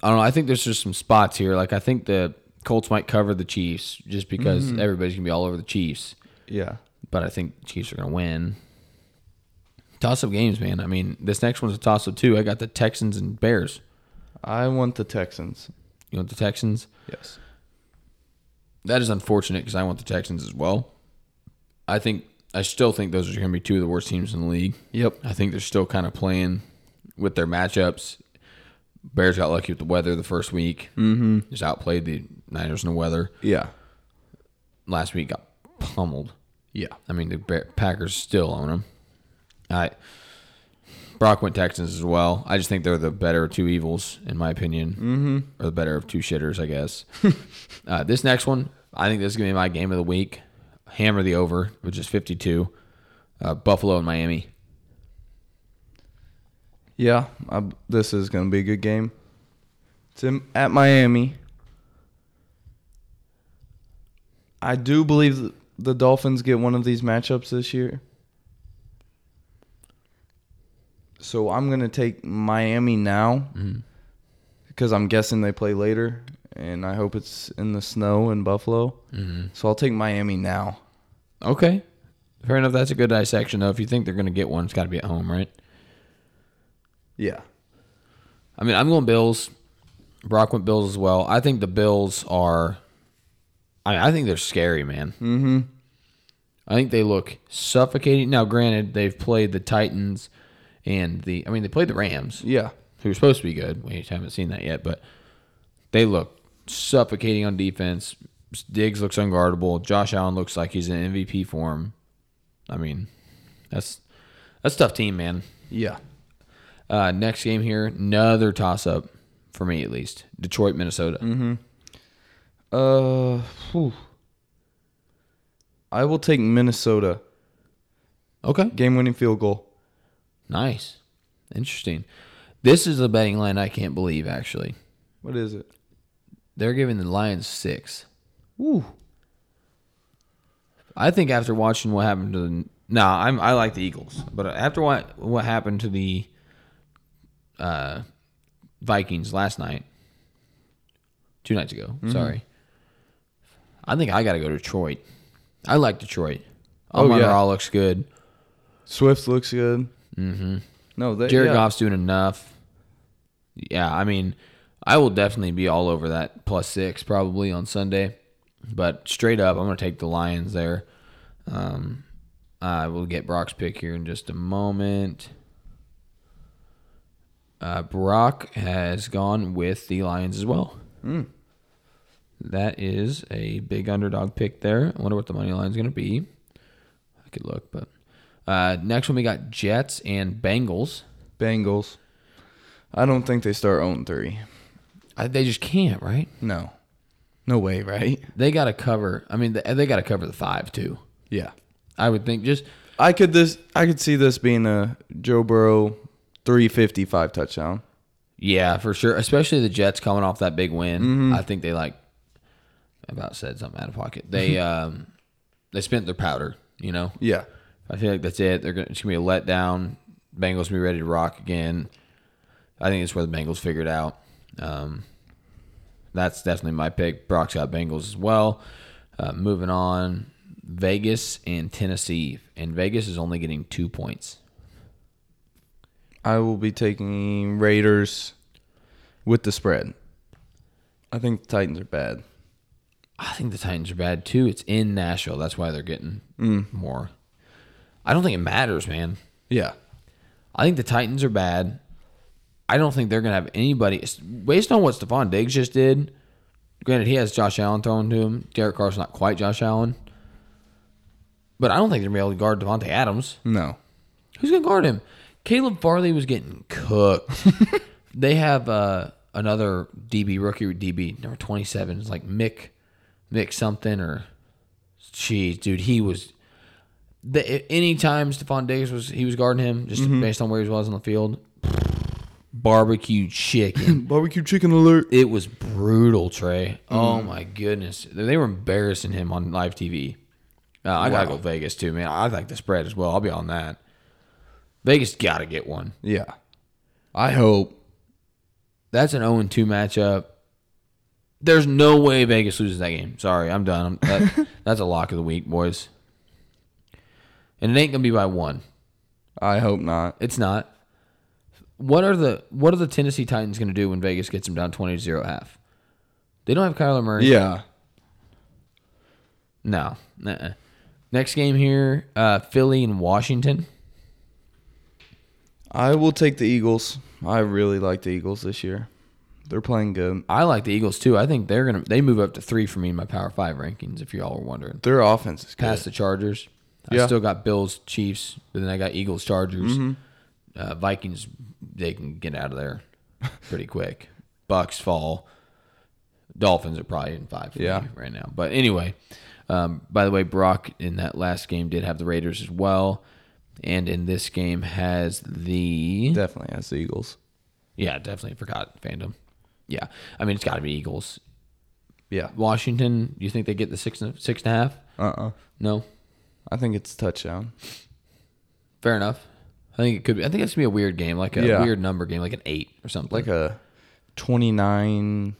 Speaker 2: I don't know. I think there's just some spots here. Like, I think the Colts might cover the Chiefs just because everybody's going to be all over the Chiefs.
Speaker 1: Yeah.
Speaker 2: but I think the Chiefs are going to win. Toss up games, man. I mean, this next one's a toss up too. I got the Texans and Bears.
Speaker 1: I want the Texans.
Speaker 2: You want the Texans?
Speaker 1: Yes.
Speaker 2: That is unfortunate because I want the Texans as well. I think I still think those are going to be two of the worst teams in the league.
Speaker 1: Yep.
Speaker 2: I think they're still kind of playing with their matchups. Bears got lucky with the weather the first week. Mm-hmm. Just outplayed the Niners in the weather.
Speaker 1: Yeah.
Speaker 2: Last week got pummeled.
Speaker 1: Yeah.
Speaker 2: I mean, the Bear- Packers still own them. I Brock went Texans as well. I just think they're the better of two evils, in my opinion, mm-hmm. or the better of two shitters, I guess. uh, this next one, I think this is gonna be my game of the week. Hammer the over, which is fifty-two. Uh, Buffalo and Miami.
Speaker 1: Yeah. I, this is going to be a good game. It's in, at Miami. I do believe th- the Dolphins get one of these matchups this year. So I'm going to take Miami now because I'm guessing they play later. And I hope it's in the snow in Buffalo. So I'll take Miami now.
Speaker 2: Okay, fair enough. That's a good dissection, though. If you think they're gonna get one, it's got to be at home, right?
Speaker 1: Yeah.
Speaker 2: I mean, I'm going Bills. Brock went Bills as well. I think the Bills are. I, I think they're scary, man. Mm-hmm. I think they look suffocating. Now, granted, they've played the Titans and the. I mean, they played the Rams,
Speaker 1: Yeah.
Speaker 2: who are supposed to be good. We haven't seen that yet, but they look suffocating on defense. Diggs looks unguardable. Josh Allen looks like he's in MVP form. I mean, that's that's a tough team, man.
Speaker 1: Yeah.
Speaker 2: Uh, next game here, another toss up for me at least. Detroit, Minnesota.
Speaker 1: Uh, whew. I will take Minnesota
Speaker 2: Okay,
Speaker 1: game-winning field goal.
Speaker 2: nice, interesting. This is a betting line I can't believe. Actually,
Speaker 1: What is it?
Speaker 2: they're giving the Lions six.
Speaker 1: Woo.
Speaker 2: I think after watching what happened to the nah, I'm I like the Eagles, but after what what happened to the uh, Vikings last night, two nights ago.
Speaker 1: Mm-hmm.
Speaker 2: Sorry, I think I got to go to Detroit. I like Detroit.
Speaker 1: Oh,
Speaker 2: Amon
Speaker 1: yeah.
Speaker 2: Ra looks good.
Speaker 1: Swift looks good. Mm-hmm. No, they,
Speaker 2: Jared
Speaker 1: yeah.
Speaker 2: Goff's doing enough. Yeah, I mean, I will definitely be all over that plus six probably on Sunday. But straight up, I'm going to take the Lions there. Um, I will get Brock's pick here in just a moment. Uh, Brock has gone with the Lions as well. That is a big underdog pick there. I wonder what the money line's going to be. I could look, but uh, next one we got Jets and Bengals.
Speaker 1: Bengals. I don't think they start own three.
Speaker 2: I, they just can't, right?
Speaker 1: No, no way, right?
Speaker 2: They got to cover. I mean, they, they got to cover the five too.
Speaker 1: Yeah,
Speaker 2: I would think just
Speaker 1: I could this. I could see this being a Joe Burrow, three fifty-five touchdown.
Speaker 2: yeah for sure. Especially the Jets coming off that big win. I think they like I about said something out of pocket. They um they spent their powder. You know,
Speaker 1: Yeah,
Speaker 2: I feel like that's it. They're gonna, it's gonna be a letdown. Bengals gonna be ready to rock again. I think it's where the Bengals figured out. Um, that's definitely my pick. Brock's got Bengals as well. Uh, moving on, Vegas and Tennessee, and Vegas is only getting two points.
Speaker 1: I will be taking Raiders with the spread. I think the Titans are bad.
Speaker 2: I think the Titans are bad too. It's in Nashville. That's why they're getting more. I don't think it matters, man.
Speaker 1: Yeah,
Speaker 2: I think the Titans are bad. I don't think they're going to have anybody based on what Stephon Diggs just did. Granted, he has Josh Allen thrown to him. Derek Carr's not quite Josh Allen, but I don't think they're gonna be able to guard Devontae Adams.
Speaker 1: No.
Speaker 2: Who's gonna guard him? Caleb Farley was getting cooked. they have uh, another DB rookie DB number twenty seven. It's like Mick, Mick something or, jeez, dude, he was. The, any time Stephon Diggs was he was guarding him just based on where he was on the field, barbecue chicken.
Speaker 1: Barbecue chicken alert.
Speaker 2: It was brutal, Trey. Oh my goodness, they were embarrassing him on live TV. Uh, I gotta go Vegas too, man. I like the spread as well. I'll be on that. Vegas gotta get one.
Speaker 1: Yeah. I hope.
Speaker 2: That's an 0 2 matchup. There's no way Vegas loses that game. Sorry, I'm done. I'm, that, that's a lock of the week, boys. And it ain't gonna be by one.
Speaker 1: I hope not.
Speaker 2: It's not. What are the What are the Tennessee Titans gonna do when Vegas gets them down 20 to zero at half? They don't have Kyler Murray.
Speaker 1: Yeah.
Speaker 2: No. nuh-uh. Next game here, uh, Philly and Washington.
Speaker 1: I will take the Eagles. I really like the Eagles this year. They're playing good.
Speaker 2: I like the Eagles too. I think they're gonna they move up to three for me in my Power Five rankings. If y'all were wondering,
Speaker 1: Their offense is good.
Speaker 2: past the Chargers, I
Speaker 1: Yeah. Mm-hmm.
Speaker 2: still got Bills, Chiefs, but then I got Eagles, Chargers, uh, Vikings. They can get out of there pretty quick. Bucks fall. Dolphins are probably in five for
Speaker 1: Yeah.
Speaker 2: me right now. But anyway, um, by the way, Brock in that last game did have the Raiders as well, and in this game has the
Speaker 1: Definitely has the Eagles.
Speaker 2: Yeah, definitely forgot fandom. Yeah, I mean it's got to be Eagles.
Speaker 1: Yeah.
Speaker 2: Washington, you think they get the six and six and a half?
Speaker 1: Uh uh
Speaker 2: No,
Speaker 1: I think it's touchdown.
Speaker 2: fair enough. I think it could be. I think it's gonna be a weird game, like a
Speaker 1: Yeah.
Speaker 2: weird number game, like an eight or something.
Speaker 1: Like a 29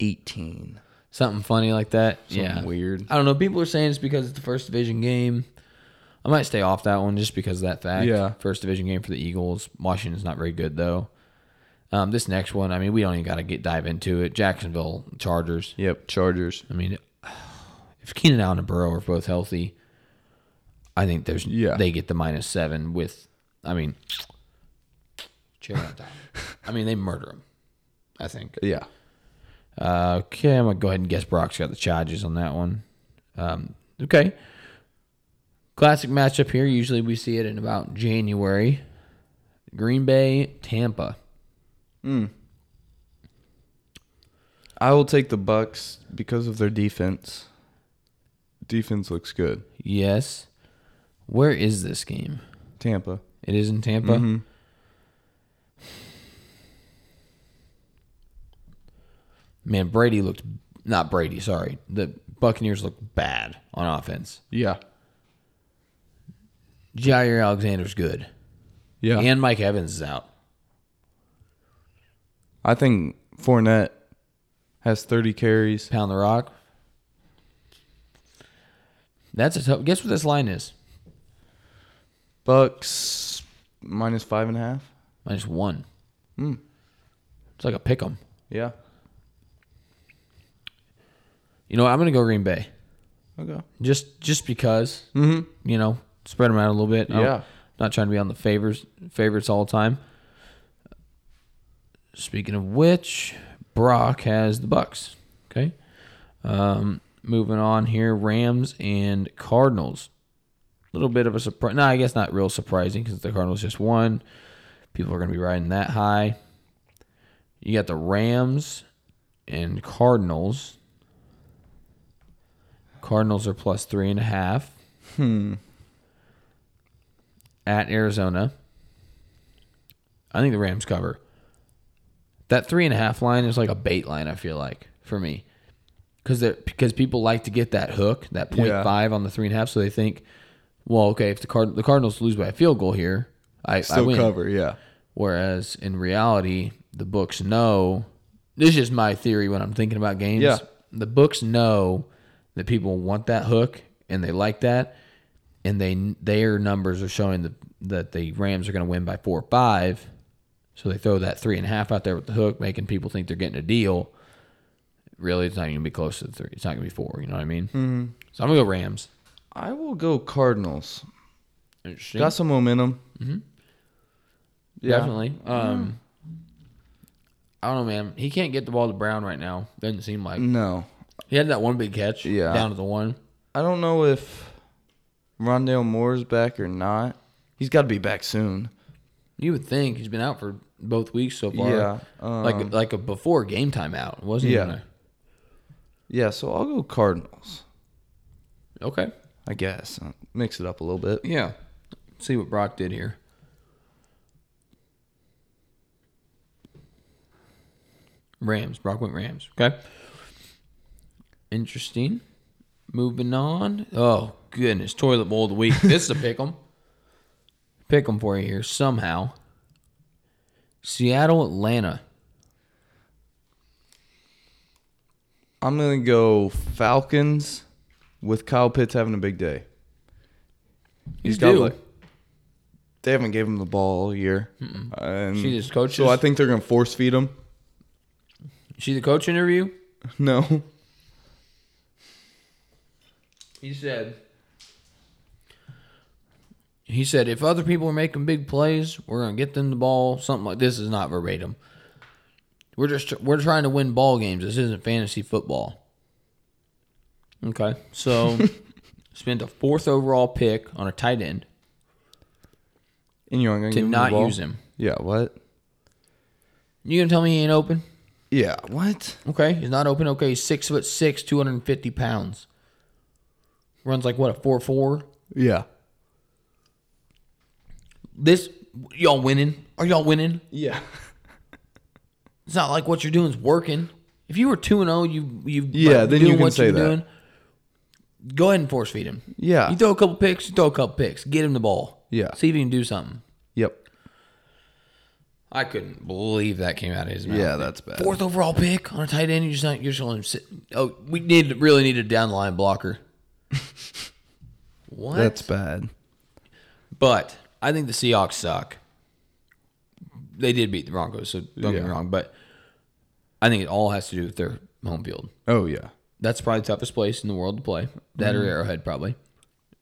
Speaker 1: 18.
Speaker 2: something funny like that. yeah,
Speaker 1: weird.
Speaker 2: I don't know. People are saying it's because it's the first division game. I might stay off that one just because of that fact.
Speaker 1: Yeah.
Speaker 2: first division game for the Eagles. Washington's not very good though. Um, this next one, I mean, we don't even got to get dive into it. Jacksonville Chargers.
Speaker 1: Yep. Chargers.
Speaker 2: I mean, if Keenan Allen and Burrow are both healthy, I think there's
Speaker 1: Yeah.
Speaker 2: they get the minus seven with. I mean, cheer out, Doc. I mean, they murder him. I think.
Speaker 1: Yeah.
Speaker 2: Uh, okay, I'm gonna go ahead and guess Brock's got the charges on that one. Um, okay. Classic matchup here. Usually we see it in about January. Green Bay, Tampa.
Speaker 1: I will take the Bucks because of their defense. Defense looks good.
Speaker 2: Yes. Where is this game?
Speaker 1: Tampa.
Speaker 2: It is in Tampa. Man, Brady looked not Brady, sorry. The Buccaneers looked bad on offense.
Speaker 1: Yeah.
Speaker 2: Jair Alexander's good.
Speaker 1: Yeah.
Speaker 2: And Mike Evans is out.
Speaker 1: I think Fournette has 30 carries.
Speaker 2: Pound the rock. That's a tough guess what this line is?
Speaker 1: Bucks minus five and a half.
Speaker 2: Minus one. It's like a pick 'em.
Speaker 1: Yeah.
Speaker 2: You know what? I'm gonna go Green Bay.
Speaker 1: Okay.
Speaker 2: just just because you know spread them out a little bit. I'm
Speaker 1: Yeah.
Speaker 2: not trying to be on the favors favorites all the time. Speaking of which, Brock has the Bucks. Okay, um, moving on here, Rams and Cardinals. A little bit of a surprise. No, I guess not real surprising because the Cardinals just won. People are going to be riding that high. You got the Rams and Cardinals. Cardinals are plus three and a half. Hmm. At Arizona. I think the Rams cover. That three and a half line is like a bait line, I feel like, for me. Cause they're- because people like to get that hook, that point
Speaker 1: Yeah.
Speaker 2: five on the three and a half, so they think, well, okay, if the Card- the Cardinals lose by a field goal here, I, I
Speaker 1: Still
Speaker 2: win.
Speaker 1: cover. Yeah.
Speaker 2: Whereas in reality, the books know. This is just my theory when I'm thinking about games.
Speaker 1: Yeah.
Speaker 2: The books know that people want that hook and they like that, and they their numbers are showing the, that the Rams are going to win by four or five, so they throw that three and a half out there with the hook, making people think they're getting a deal. Really, it's not going to be close to the three. It's not going to be four. You know what I mean? Mm-hmm. So I'm going to go Rams.
Speaker 1: I will go Cardinals.
Speaker 2: Interesting.
Speaker 1: Got Mm-hmm. some momentum.
Speaker 2: Definitely. Um, I don't know, man. He can't get the ball to Brown right now. Doesn't seem like
Speaker 1: No.
Speaker 2: he had that one big catch.
Speaker 1: Yeah.
Speaker 2: down to the one.
Speaker 1: I don't know if Rondale Moore's back or not. He's got to be back soon.
Speaker 2: You would think he's been out for both weeks so far.
Speaker 1: Yeah, um,
Speaker 2: like like a before game time out, wasn't
Speaker 1: Yeah.
Speaker 2: he? gonna-
Speaker 1: Yeah, so I'll go Cardinals,
Speaker 2: Okay.
Speaker 1: I guess. I'll mix it up a little bit.
Speaker 2: Yeah. Let's see what Brock did here. Rams. Brock went Rams. Okay. Interesting. Moving on. Oh goodness, toilet bowl of the week. This is a pick 'em. Pick 'em for you here somehow. Seattle, Atlanta.
Speaker 1: I'm going to go Falcons with Kyle Pitts having a big day.
Speaker 2: He's
Speaker 1: got
Speaker 2: due.
Speaker 1: like- They haven't gave him the ball all year. And
Speaker 2: She just coaches.
Speaker 1: so I think they're going to force feed him.
Speaker 2: See the coach interview?
Speaker 1: No.
Speaker 2: He said. He said, if other people are making big plays, we're gonna get them the ball. Something like this is not verbatim. We're just we're trying to win ball games. This isn't fantasy football. Okay, so spent a fourth overall pick on a tight end
Speaker 1: And you aren't going
Speaker 2: to
Speaker 1: give him
Speaker 2: not
Speaker 1: the ball?
Speaker 2: use him.
Speaker 1: Yeah, what?
Speaker 2: You gonna tell me he ain't open?
Speaker 1: Yeah, what?
Speaker 2: Okay, he's not open. Okay, he's six foot six, two hundred and fifty pounds. Runs like what a four four.
Speaker 1: Yeah.
Speaker 2: This y'all winning? Are y'all winning?
Speaker 1: Yeah.
Speaker 2: It's not like what you're doing is working. If you were two and zero, you you
Speaker 1: Yeah,
Speaker 2: like,
Speaker 1: then you can say that.
Speaker 2: Go ahead and force feed him.
Speaker 1: Yeah.
Speaker 2: you throw a couple picks, you throw a couple picks, get him the ball.
Speaker 1: Yeah.
Speaker 2: see if he can do something.
Speaker 1: Yep.
Speaker 2: I couldn't believe that came out of his mouth.
Speaker 1: Yeah, that's bad.
Speaker 2: Fourth overall pick on a tight end. You're just not. You're just going to sit. Oh, we need really need a down line blocker. what?
Speaker 1: That's bad.
Speaker 2: But I think the Seahawks suck. They did beat the Broncos, so don't get me
Speaker 1: Yeah.
Speaker 2: wrong. But I think it all has to do with their home field.
Speaker 1: Oh, yeah.
Speaker 2: That's probably the toughest place in the world to play. That
Speaker 1: Mm-hmm.
Speaker 2: or Arrowhead, probably.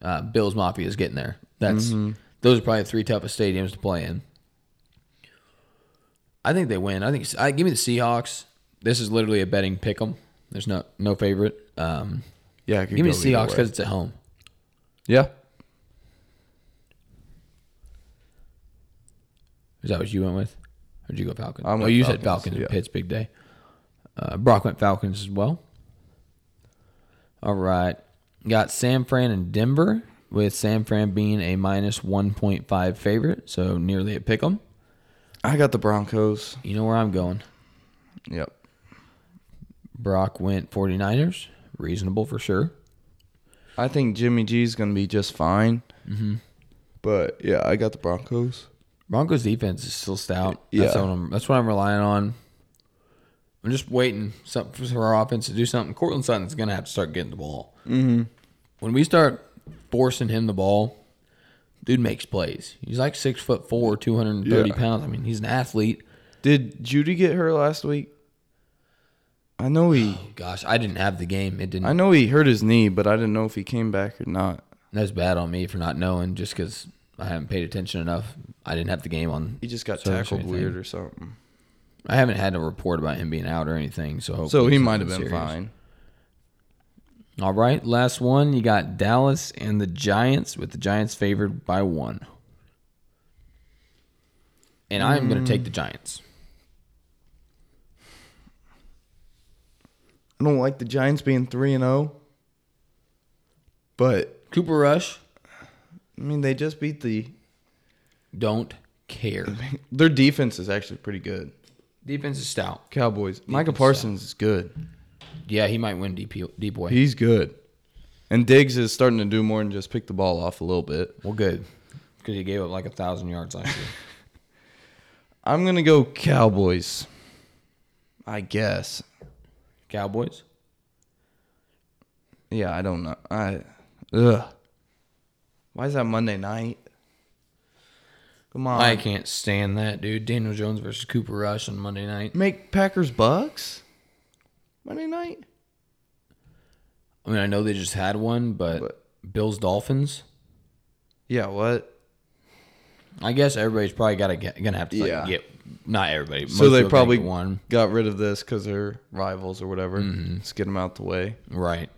Speaker 2: Uh, Bills Mafia is getting there. That's
Speaker 1: Mm-hmm.
Speaker 2: those are probably the three toughest stadiums to play in. I think they win. I think I give me the Seahawks. This is literally a betting pick 'em. There's no no favorite. Um,
Speaker 1: Yeah, I could
Speaker 2: give me
Speaker 1: go
Speaker 2: the
Speaker 1: either
Speaker 2: Seahawks
Speaker 1: way.
Speaker 2: because it's at home.
Speaker 1: Yeah.
Speaker 2: Is that what you went with? Or did you go Falcons?
Speaker 1: I went
Speaker 2: oh, you
Speaker 1: Falcons,
Speaker 2: said Falcons
Speaker 1: yeah.
Speaker 2: and Pitts big day. Uh, Brock went Falcons as well. All right. Got San Fran and Denver, with San Fran being a minus 1.5 favorite, so nearly a pick 'em.
Speaker 1: I got the Broncos.
Speaker 2: You know where I'm going.
Speaker 1: Yep.
Speaker 2: Brock went 49ers. Reasonable for sure.
Speaker 1: I think Jimmy G's going to be just fine. Mm-hmm. But yeah, I got the Broncos.
Speaker 2: Broncos defense is still stout. That's,
Speaker 1: Yeah.
Speaker 2: what I'm, that's what I'm relying on. I'm just waiting some- for our offense to do something. Cortland Sutton's going to have to start getting the ball. Mm-hmm. When we start forcing him the ball, dude makes plays. He's like six foot four, 230
Speaker 1: Yeah.
Speaker 2: pounds. I mean, he's an athlete.
Speaker 1: Did Judy get hurt last week? I know he
Speaker 2: Gosh, I didn't have the game. It
Speaker 1: I
Speaker 2: didn't.
Speaker 1: know he hurt his knee, but I didn't know if he came back or not.
Speaker 2: That's bad on me for not knowing just because I haven't paid attention enough. I didn't have the game on.
Speaker 1: He just got
Speaker 2: So,
Speaker 1: tackled
Speaker 2: same thing.
Speaker 1: weird or something.
Speaker 2: I haven't had a report about him being out or anything. So,
Speaker 1: So
Speaker 2: hopefully
Speaker 1: he
Speaker 2: it's
Speaker 1: might have
Speaker 2: nothing
Speaker 1: been
Speaker 2: serious.
Speaker 1: fine.
Speaker 2: All right, last one. You got Dallas and the Giants, with the Giants favored by one. And I'm going to take the Giants.
Speaker 1: I don't like the Giants being 3 and 0. But
Speaker 2: Cooper Rush,
Speaker 1: I mean, they just beat the
Speaker 2: don't care.
Speaker 1: their defense is actually pretty good.
Speaker 2: Defense is stout.
Speaker 1: Cowboys. Micah
Speaker 2: Defense
Speaker 1: Parsons is good.
Speaker 2: Yeah, he might win DP, D boy.
Speaker 1: He's good. And Diggs is starting to do more than just pick the ball off a little bit.
Speaker 2: Well, good. Because he gave up like a thousand yards last year.
Speaker 1: I'm gonna go Cowboys. I guess.
Speaker 2: Cowboys.
Speaker 1: Yeah, I don't know. I ugh. Why is that Monday night? Come on.
Speaker 2: I can't stand that, dude. Daniel Jones versus Cooper Rush on Monday night.
Speaker 1: Make Packers Bucks? Monday night?
Speaker 2: I mean, I know they just had one, but
Speaker 1: But-
Speaker 2: Bills Dolphins.
Speaker 1: Yeah, what?
Speaker 2: I guess everybody's probably gotta get, gonna have to like,
Speaker 1: Yeah.
Speaker 2: get not everybody. most
Speaker 1: So they
Speaker 2: people gonna
Speaker 1: probably
Speaker 2: get one Mm-hmm.
Speaker 1: got rid of this because they're rivals or whatever. Let's get them out the way.
Speaker 2: right.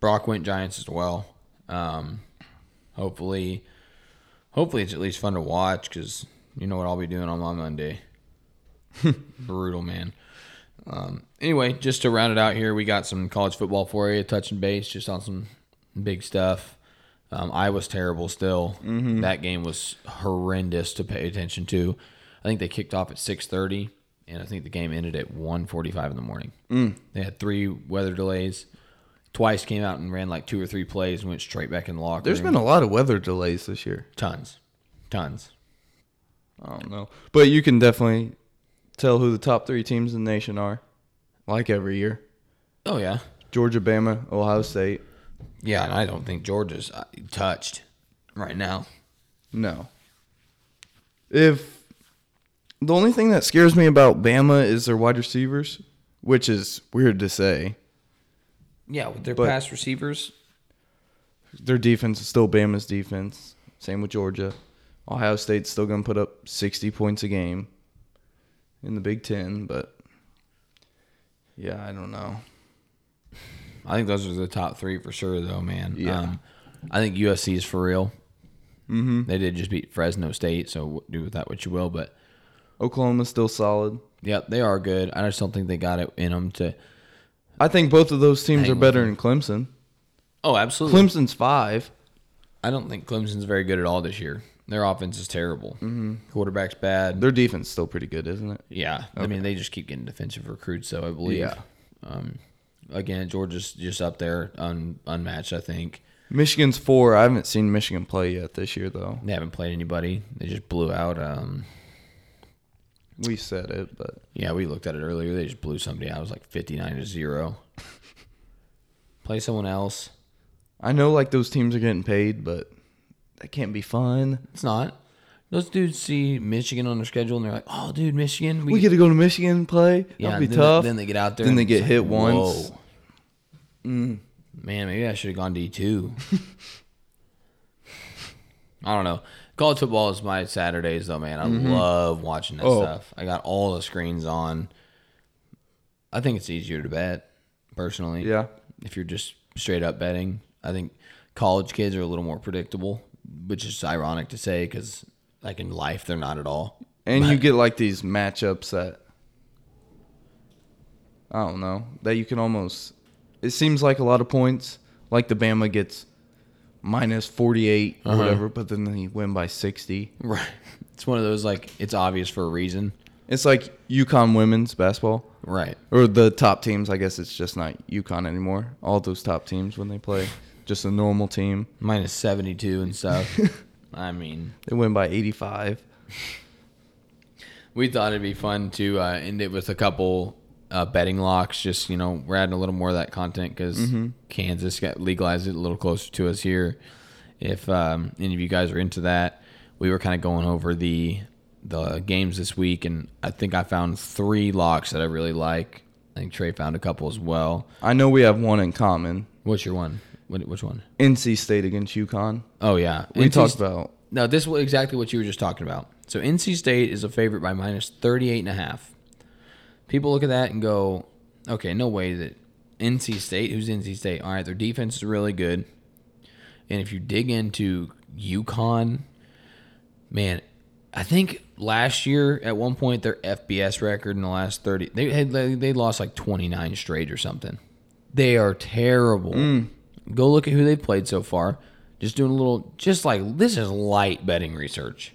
Speaker 2: Brock went Giants as well. Um, hopefully, hopefully it's at least fun to watch because you know what I'll be doing on my Monday. Brutal man. Um, anyway, just to round it out here, we got some college football for you, touch and base, just on some big stuff. Um, I was terrible still. That game was horrendous to pay attention to. I think they kicked off at six thirty, and I think the game ended at one forty-five in the morning. Mm. They had three weather delays. Twice came out and ran like two or three plays and went straight back in the locker
Speaker 1: There's
Speaker 2: room.
Speaker 1: been a lot of weather delays this year.
Speaker 2: Tons. Tons.
Speaker 1: I don't know, but you can definitely tell who the top three teams in the nation are, like every year:
Speaker 2: Oh, yeah.
Speaker 1: Georgia, Bama, Ohio State.
Speaker 2: Yeah, and I don't think Georgia's uh, touched right now.
Speaker 1: No. If the only thing that scares me about Bama is their wide receivers, which is weird to say.
Speaker 2: Yeah, with their
Speaker 1: But-
Speaker 2: pass receivers.
Speaker 1: Their defense is still Bama's defense. Same with Georgia. Ohio State's still going to put up 60 points a game in the Big 10, but yeah, I don't know.
Speaker 2: I think those are the top three for sure, though, man.
Speaker 1: Yeah.
Speaker 2: Um, I think USC is for real. Mm-hmm. They did just beat Fresno State, so w- do with that what you will. But
Speaker 1: Oklahoma's still solid.
Speaker 2: yeah, they are good. I just don't think they got it in them to.
Speaker 1: I think both of those teams
Speaker 2: Hang
Speaker 1: are
Speaker 2: with
Speaker 1: better than Clemson.
Speaker 2: Oh, absolutely.
Speaker 1: Clemson's 5.
Speaker 2: I don't think Clemson's very good at all this year. Their offense is terrible. Mm-hmm. Quarterback's bad.
Speaker 1: Their defense is still pretty good, isn't it?
Speaker 2: Yeah, I mean they just keep getting defensive recruits, though I believe.
Speaker 1: Yeah.
Speaker 2: Um, again, Georgia's just up there, un, unmatched. I think
Speaker 1: Michigan's 4. I haven't seen Michigan play yet this year though.
Speaker 2: they haven't played anybody. They just blew out. Um,
Speaker 1: We said it, but
Speaker 2: yeah, we looked at it earlier. They just blew somebody out. It was like fifty nine to zero. Play someone else.
Speaker 1: I know like those teams are getting paid, but that can't be fun.
Speaker 2: It's not. Those dudes see Michigan on their schedule and they're like, "Oh, dude, Michigan,
Speaker 1: We get to go to Michigan and play. That'd be
Speaker 2: then,
Speaker 1: tough.
Speaker 2: Then they get out there.
Speaker 1: Then
Speaker 2: and
Speaker 1: they get
Speaker 2: it's
Speaker 1: hit once. Mm.
Speaker 2: "Whoa." Man, maybe I should have gone D two. I don't know. College football is my Saturdays though, man. I love watching that
Speaker 1: Mm-hmm. Oh.
Speaker 2: stuff. I got all the screens on. I think it's easier to bet, personally.
Speaker 1: Yeah.
Speaker 2: If you're just straight up betting, I think college kids are a little more predictable, which is ironic to say because, like in life, they're not at all.
Speaker 1: and you get like these matchups that I don't know that you can almost. It seems like a lot of points. Like the Bama gets minus forty eight or whatever, but then they win by sixty.
Speaker 2: Right. It's one of those like it's obvious for a reason.
Speaker 1: It's like UConn women's basketball.
Speaker 2: Right.
Speaker 1: or the top teams. I guess it's just not UConn anymore. All those top teams when they play, just a normal team,
Speaker 2: Minus 72 and stuff. I mean,
Speaker 1: they win by 85.
Speaker 2: we thought it'd be fun to uh, end it with a couple uh, betting locks. Just, you know, we're adding a little more of that content because
Speaker 1: Mm-hmm.
Speaker 2: Kansas got legalized it a little closer to us here. If um, any of you guys are into that, we were kind of going over the the games this week, and I think I found three locks that I really like. I think Trey found a couple as well.
Speaker 1: I know we have one in common:
Speaker 2: What's your one? What, which one?
Speaker 1: NC State against UConn.
Speaker 2: Oh yeah,
Speaker 1: We
Speaker 2: NC
Speaker 1: talked about
Speaker 2: No, this was exactly what you were just talking about. So NC State is a favorite by minus 38 and a half. People look at that and go, okay, no way that NC State, who's NC State? All right, their defense is really good. And if you dig into UConn, man, I think last year at one point their FBS record in the last 30, they had, they they lost like 29 straight or something. They are terrible. Go look at who they've played so far. Just doing a little, just like this is light betting research.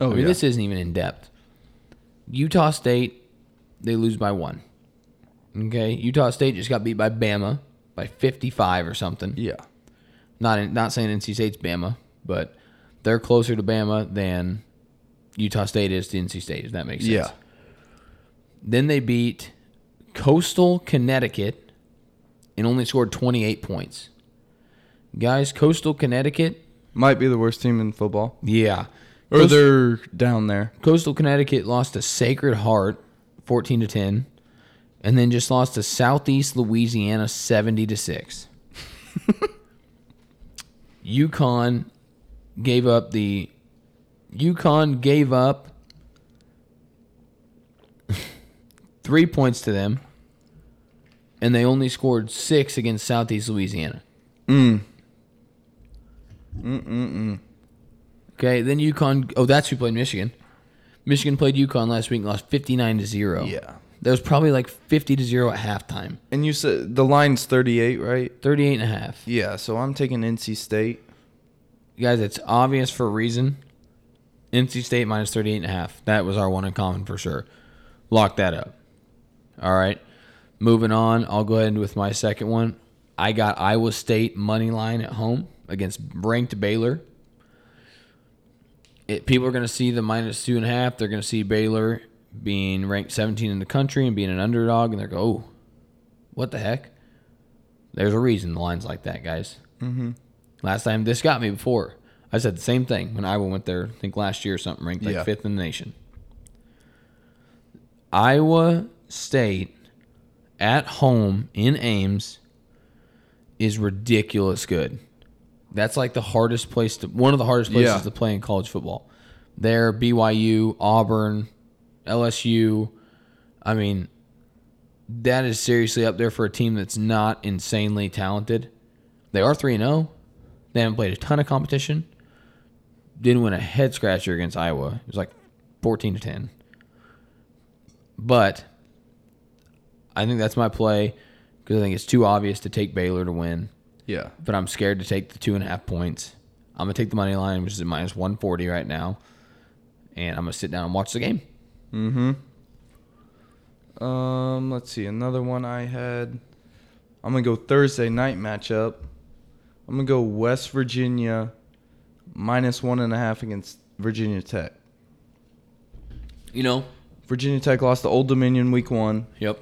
Speaker 1: oh
Speaker 2: I mean, this isn't even in depth. Utah State, they lose by one. Okay, Utah State just got beat by Bama by fifty-five or something.
Speaker 1: yeah.
Speaker 2: Not in, not saying NC State's Bama, but they're closer to Bama than Utah State is to NC State. If that makes sense.
Speaker 1: Yeah.
Speaker 2: Then they beat Coastal Connecticut and only scored twenty-eight points. Guys, Coastal Connecticut,
Speaker 1: Might be the worst team in football,
Speaker 2: yeah,
Speaker 1: or
Speaker 2: Coast-
Speaker 1: they're down there.
Speaker 2: Coastal Connecticut lost to Sacred Heart 14 to 10 and then just lost to Southeast Louisiana 70 to 6. Yukon gave up the UConn gave up three points to them, and they only scored six against Southeast Louisiana. Mm. Mm mm mm. Okay, then UConn. Oh, that's who played Michigan. Michigan played UConn last week and lost fifty nine to zero.
Speaker 1: Yeah.
Speaker 2: that was probably like fifty to zero at halftime.
Speaker 1: And you said the line's 38, right?
Speaker 2: 38 and a half.
Speaker 1: Yeah, so I'm taking NC State.
Speaker 2: guys, it's obvious for a reason. NC State minus 38 and a half. That was our one in common for sure. Lock that up. All right. Moving on, I'll go ahead with my second one. I got Iowa State money line at home against ranked Baylor. It, people are going to see the minus two and a half. They're going to see Baylor being ranked 17 in the country and being an underdog, and they're go, oh, what the heck? There's a reason the line's like that, guys. Last time this got me before. I said the same thing when Iowa went there, I think last year or something, ranked like
Speaker 1: Yeah.
Speaker 2: fifth in the nation. Iowa State at home in Ames is ridiculous good. That's like the hardest place to one of the hardest places
Speaker 1: Yeah.
Speaker 2: to play in college football. There, BYU, Auburn, LSU. I mean, that is seriously up there for a team that's not insanely talented. They are 3 0. They haven't played a ton of competition. Didn't win a head scratcher against Iowa. It was like 14 to 10. But I think that's my play because I think it's too obvious to take Baylor to win.
Speaker 1: Yeah.
Speaker 2: But I'm scared to take the two and a half points. I'm going to take the money line, which is at minus 140 right now. And I'm going to sit down and watch the game.
Speaker 1: Mm-hmm. Um, let's see. Another one I had. I'm going to go Thursday night matchup. I'm going to go West Virginia minus one and a half against Virginia Tech.
Speaker 2: You know?
Speaker 1: Virginia Tech lost to Old Dominion week one.
Speaker 2: Yep.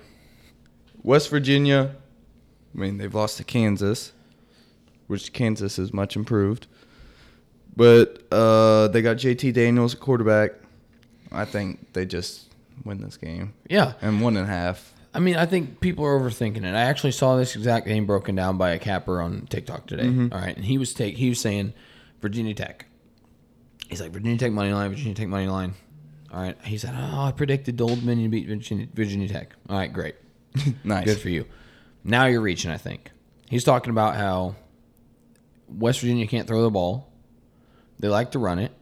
Speaker 1: West Virginia, I mean, they've lost to Kansas, which Kansas is much improved. But uh, they got JT Daniels at quarterback. I think they just win this game.
Speaker 2: Yeah.
Speaker 1: And one and a half.
Speaker 2: I mean, I think people are overthinking it. I actually saw this exact game broken down by a capper on TikTok today. All right, and he was take he was saying Virginia Tech. He's like Virginia Tech money line, Virginia Tech money line. All right, he said, "Oh, I predicted Old Dominion beat Virginia, Virginia Tech." All right, great,
Speaker 1: Nice.
Speaker 2: good for you. Now you're reaching. I think he's talking about how West Virginia can't throw the ball; they like to run it,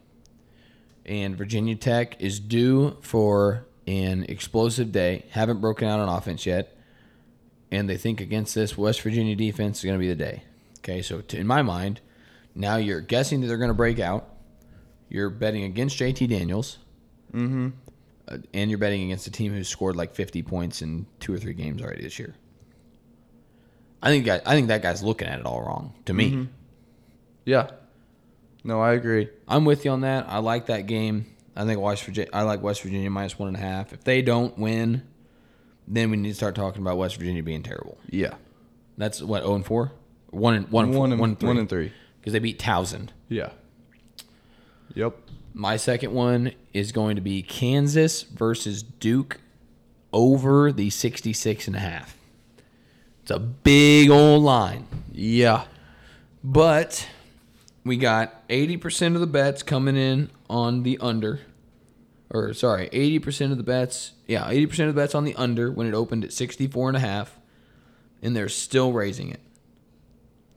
Speaker 2: and Virginia Tech is due for an explosive day. Haven't broken out on offense yet and they think against this West Virginia defense is going to be the day. Okay, so to, in my mind, now you're guessing that they're going to break out. You're betting against JT Daniels, mm-hmm. and you're betting against a team who's scored like 50 points in two or three games already this year. I think guy, I think that guy's looking at it all wrong. To me,
Speaker 1: Yeah. No, I agree.
Speaker 2: I'm with you on that. I like that game. I think West Virginia. I like West Virginia minus one and a half. If they don't win, then we need to start talking about West Virginia being terrible.
Speaker 1: Yeah.
Speaker 2: That's what zero and four, one and one, and
Speaker 1: One
Speaker 2: one,
Speaker 1: and
Speaker 2: one, and three.
Speaker 1: one and three.
Speaker 2: because they beat Towson.
Speaker 1: Yeah. Yep.
Speaker 2: My second one is going to be Kansas versus Duke over the 66 and a half. It's a big old line.
Speaker 1: Yeah.
Speaker 2: But we got 80% of the bets coming in on the under. Or sorry, 80% of the bets. Yeah, 80% of the bets on the under when it opened at 64 and a half and they're still raising it.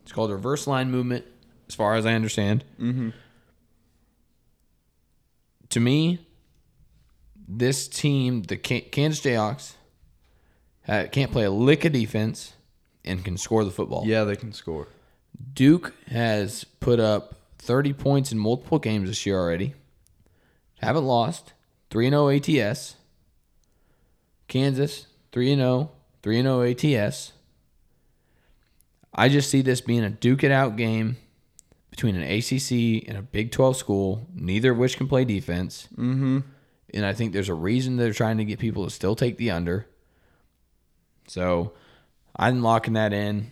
Speaker 2: It's called reverse line movement as far as I understand. Mhm. To me, this team, the Kan- Kansas Jayhawks, uh, can't play a lick of defense and can score the football.
Speaker 1: Yeah, they can score.
Speaker 2: Duke has put up 30 points in multiple games this year already. Haven't lost. oh 3 0 ATS. Kansas, oh, 3 0, 3 0 ATS. I just see this being a duke it out game between an ACC and a Big 12 school, neither of which can play defense. Mm-hmm. And I think there's a reason they're trying to get people to still take the under. So I'm locking that in.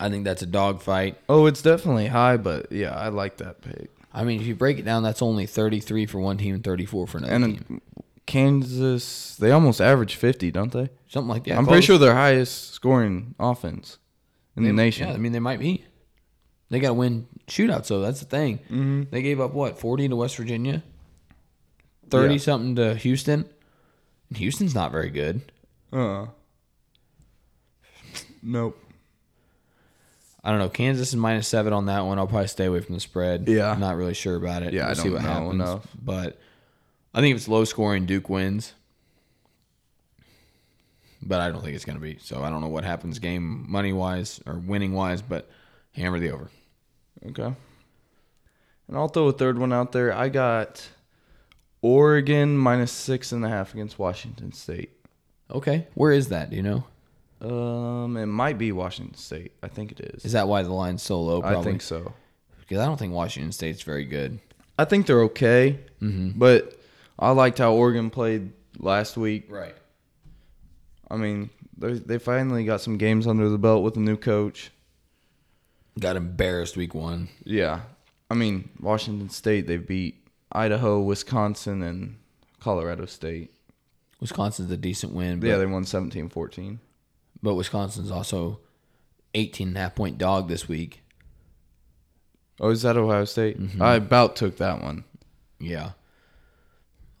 Speaker 2: I think that's a dogfight.
Speaker 1: Oh, it's definitely high, but yeah, I like that pick.
Speaker 2: I mean, if you break it down, that's only 33 for one team and 34 for another team.
Speaker 1: And Kansas, they almost average 50, don't they?
Speaker 2: Something like that.
Speaker 1: I'm pretty sure they're highest scoring offense in the nation.
Speaker 2: Yeah, I mean, they might be. They got to win shootouts, so that's the thing. Mm-hmm. They gave up what forty to West Virginia, thirty
Speaker 1: Yeah.
Speaker 2: something to Houston. And Houston's not very good.
Speaker 1: Uh. Nope.
Speaker 2: I don't know. Kansas is minus seven on that one. I'll probably stay away from the spread.
Speaker 1: Yeah.
Speaker 2: I'm not really sure about it.
Speaker 1: Yeah, I don't know enough.
Speaker 2: But I think if it's low scoring, Duke wins. But I don't think it's going to be. So I don't know what happens game money wise or winning wise, but hammer the over.
Speaker 1: Okay. And I'll throw a third one out there. I got Oregon minus six and a half against Washington State.
Speaker 2: Okay. Where is that? Do you know?
Speaker 1: Um, it might be Washington State. I think it is.
Speaker 2: Is that why the line's so low? Probably.
Speaker 1: I think so.
Speaker 2: Because I don't think Washington State's very good.
Speaker 1: I think they're okay, but I liked how Oregon played last week.
Speaker 2: Right.
Speaker 1: I mean, they they finally got some games under the belt with a new coach.
Speaker 2: Got embarrassed week one.
Speaker 1: Yeah, I mean Washington State they beat Idaho, Wisconsin, and Colorado State.
Speaker 2: Wisconsin's a decent win. But
Speaker 1: Yeah, they won 17-14.
Speaker 2: But Wisconsin's also 18 and a half point dog this week.
Speaker 1: Oh, is that Ohio State? I about took that one.
Speaker 2: Yeah.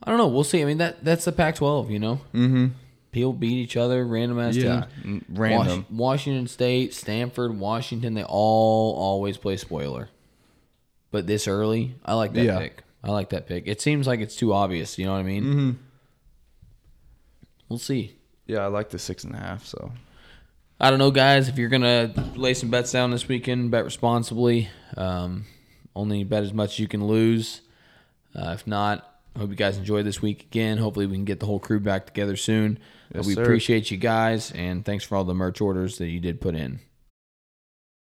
Speaker 2: I don't know. We'll see. I mean, that that's the Pac 12, you know? Mm hmm. People beat each other, random ass
Speaker 1: Mm-hmm. Yeah,
Speaker 2: teams.
Speaker 1: n- random.
Speaker 2: Wash- Washington State, Stanford, Washington, they all always play spoiler. But this early, I like that
Speaker 1: Yeah.
Speaker 2: pick. I like that pick. It seems like it's too obvious. You know what I mean?
Speaker 1: Mm-hmm.
Speaker 2: We'll see.
Speaker 1: Yeah, I like the six and a half. So
Speaker 2: I don't know, guys. If you're gonna lay some bets down this weekend, bet responsibly. Um, only bet as much as you can lose. Uh, if not, I hope you guys enjoyed this week again. Hopefully, we can get the whole crew back together soon. Uh,
Speaker 1: Yes,
Speaker 2: we
Speaker 1: sir.
Speaker 2: appreciate you guys, and thanks for all the merch orders that you did put in.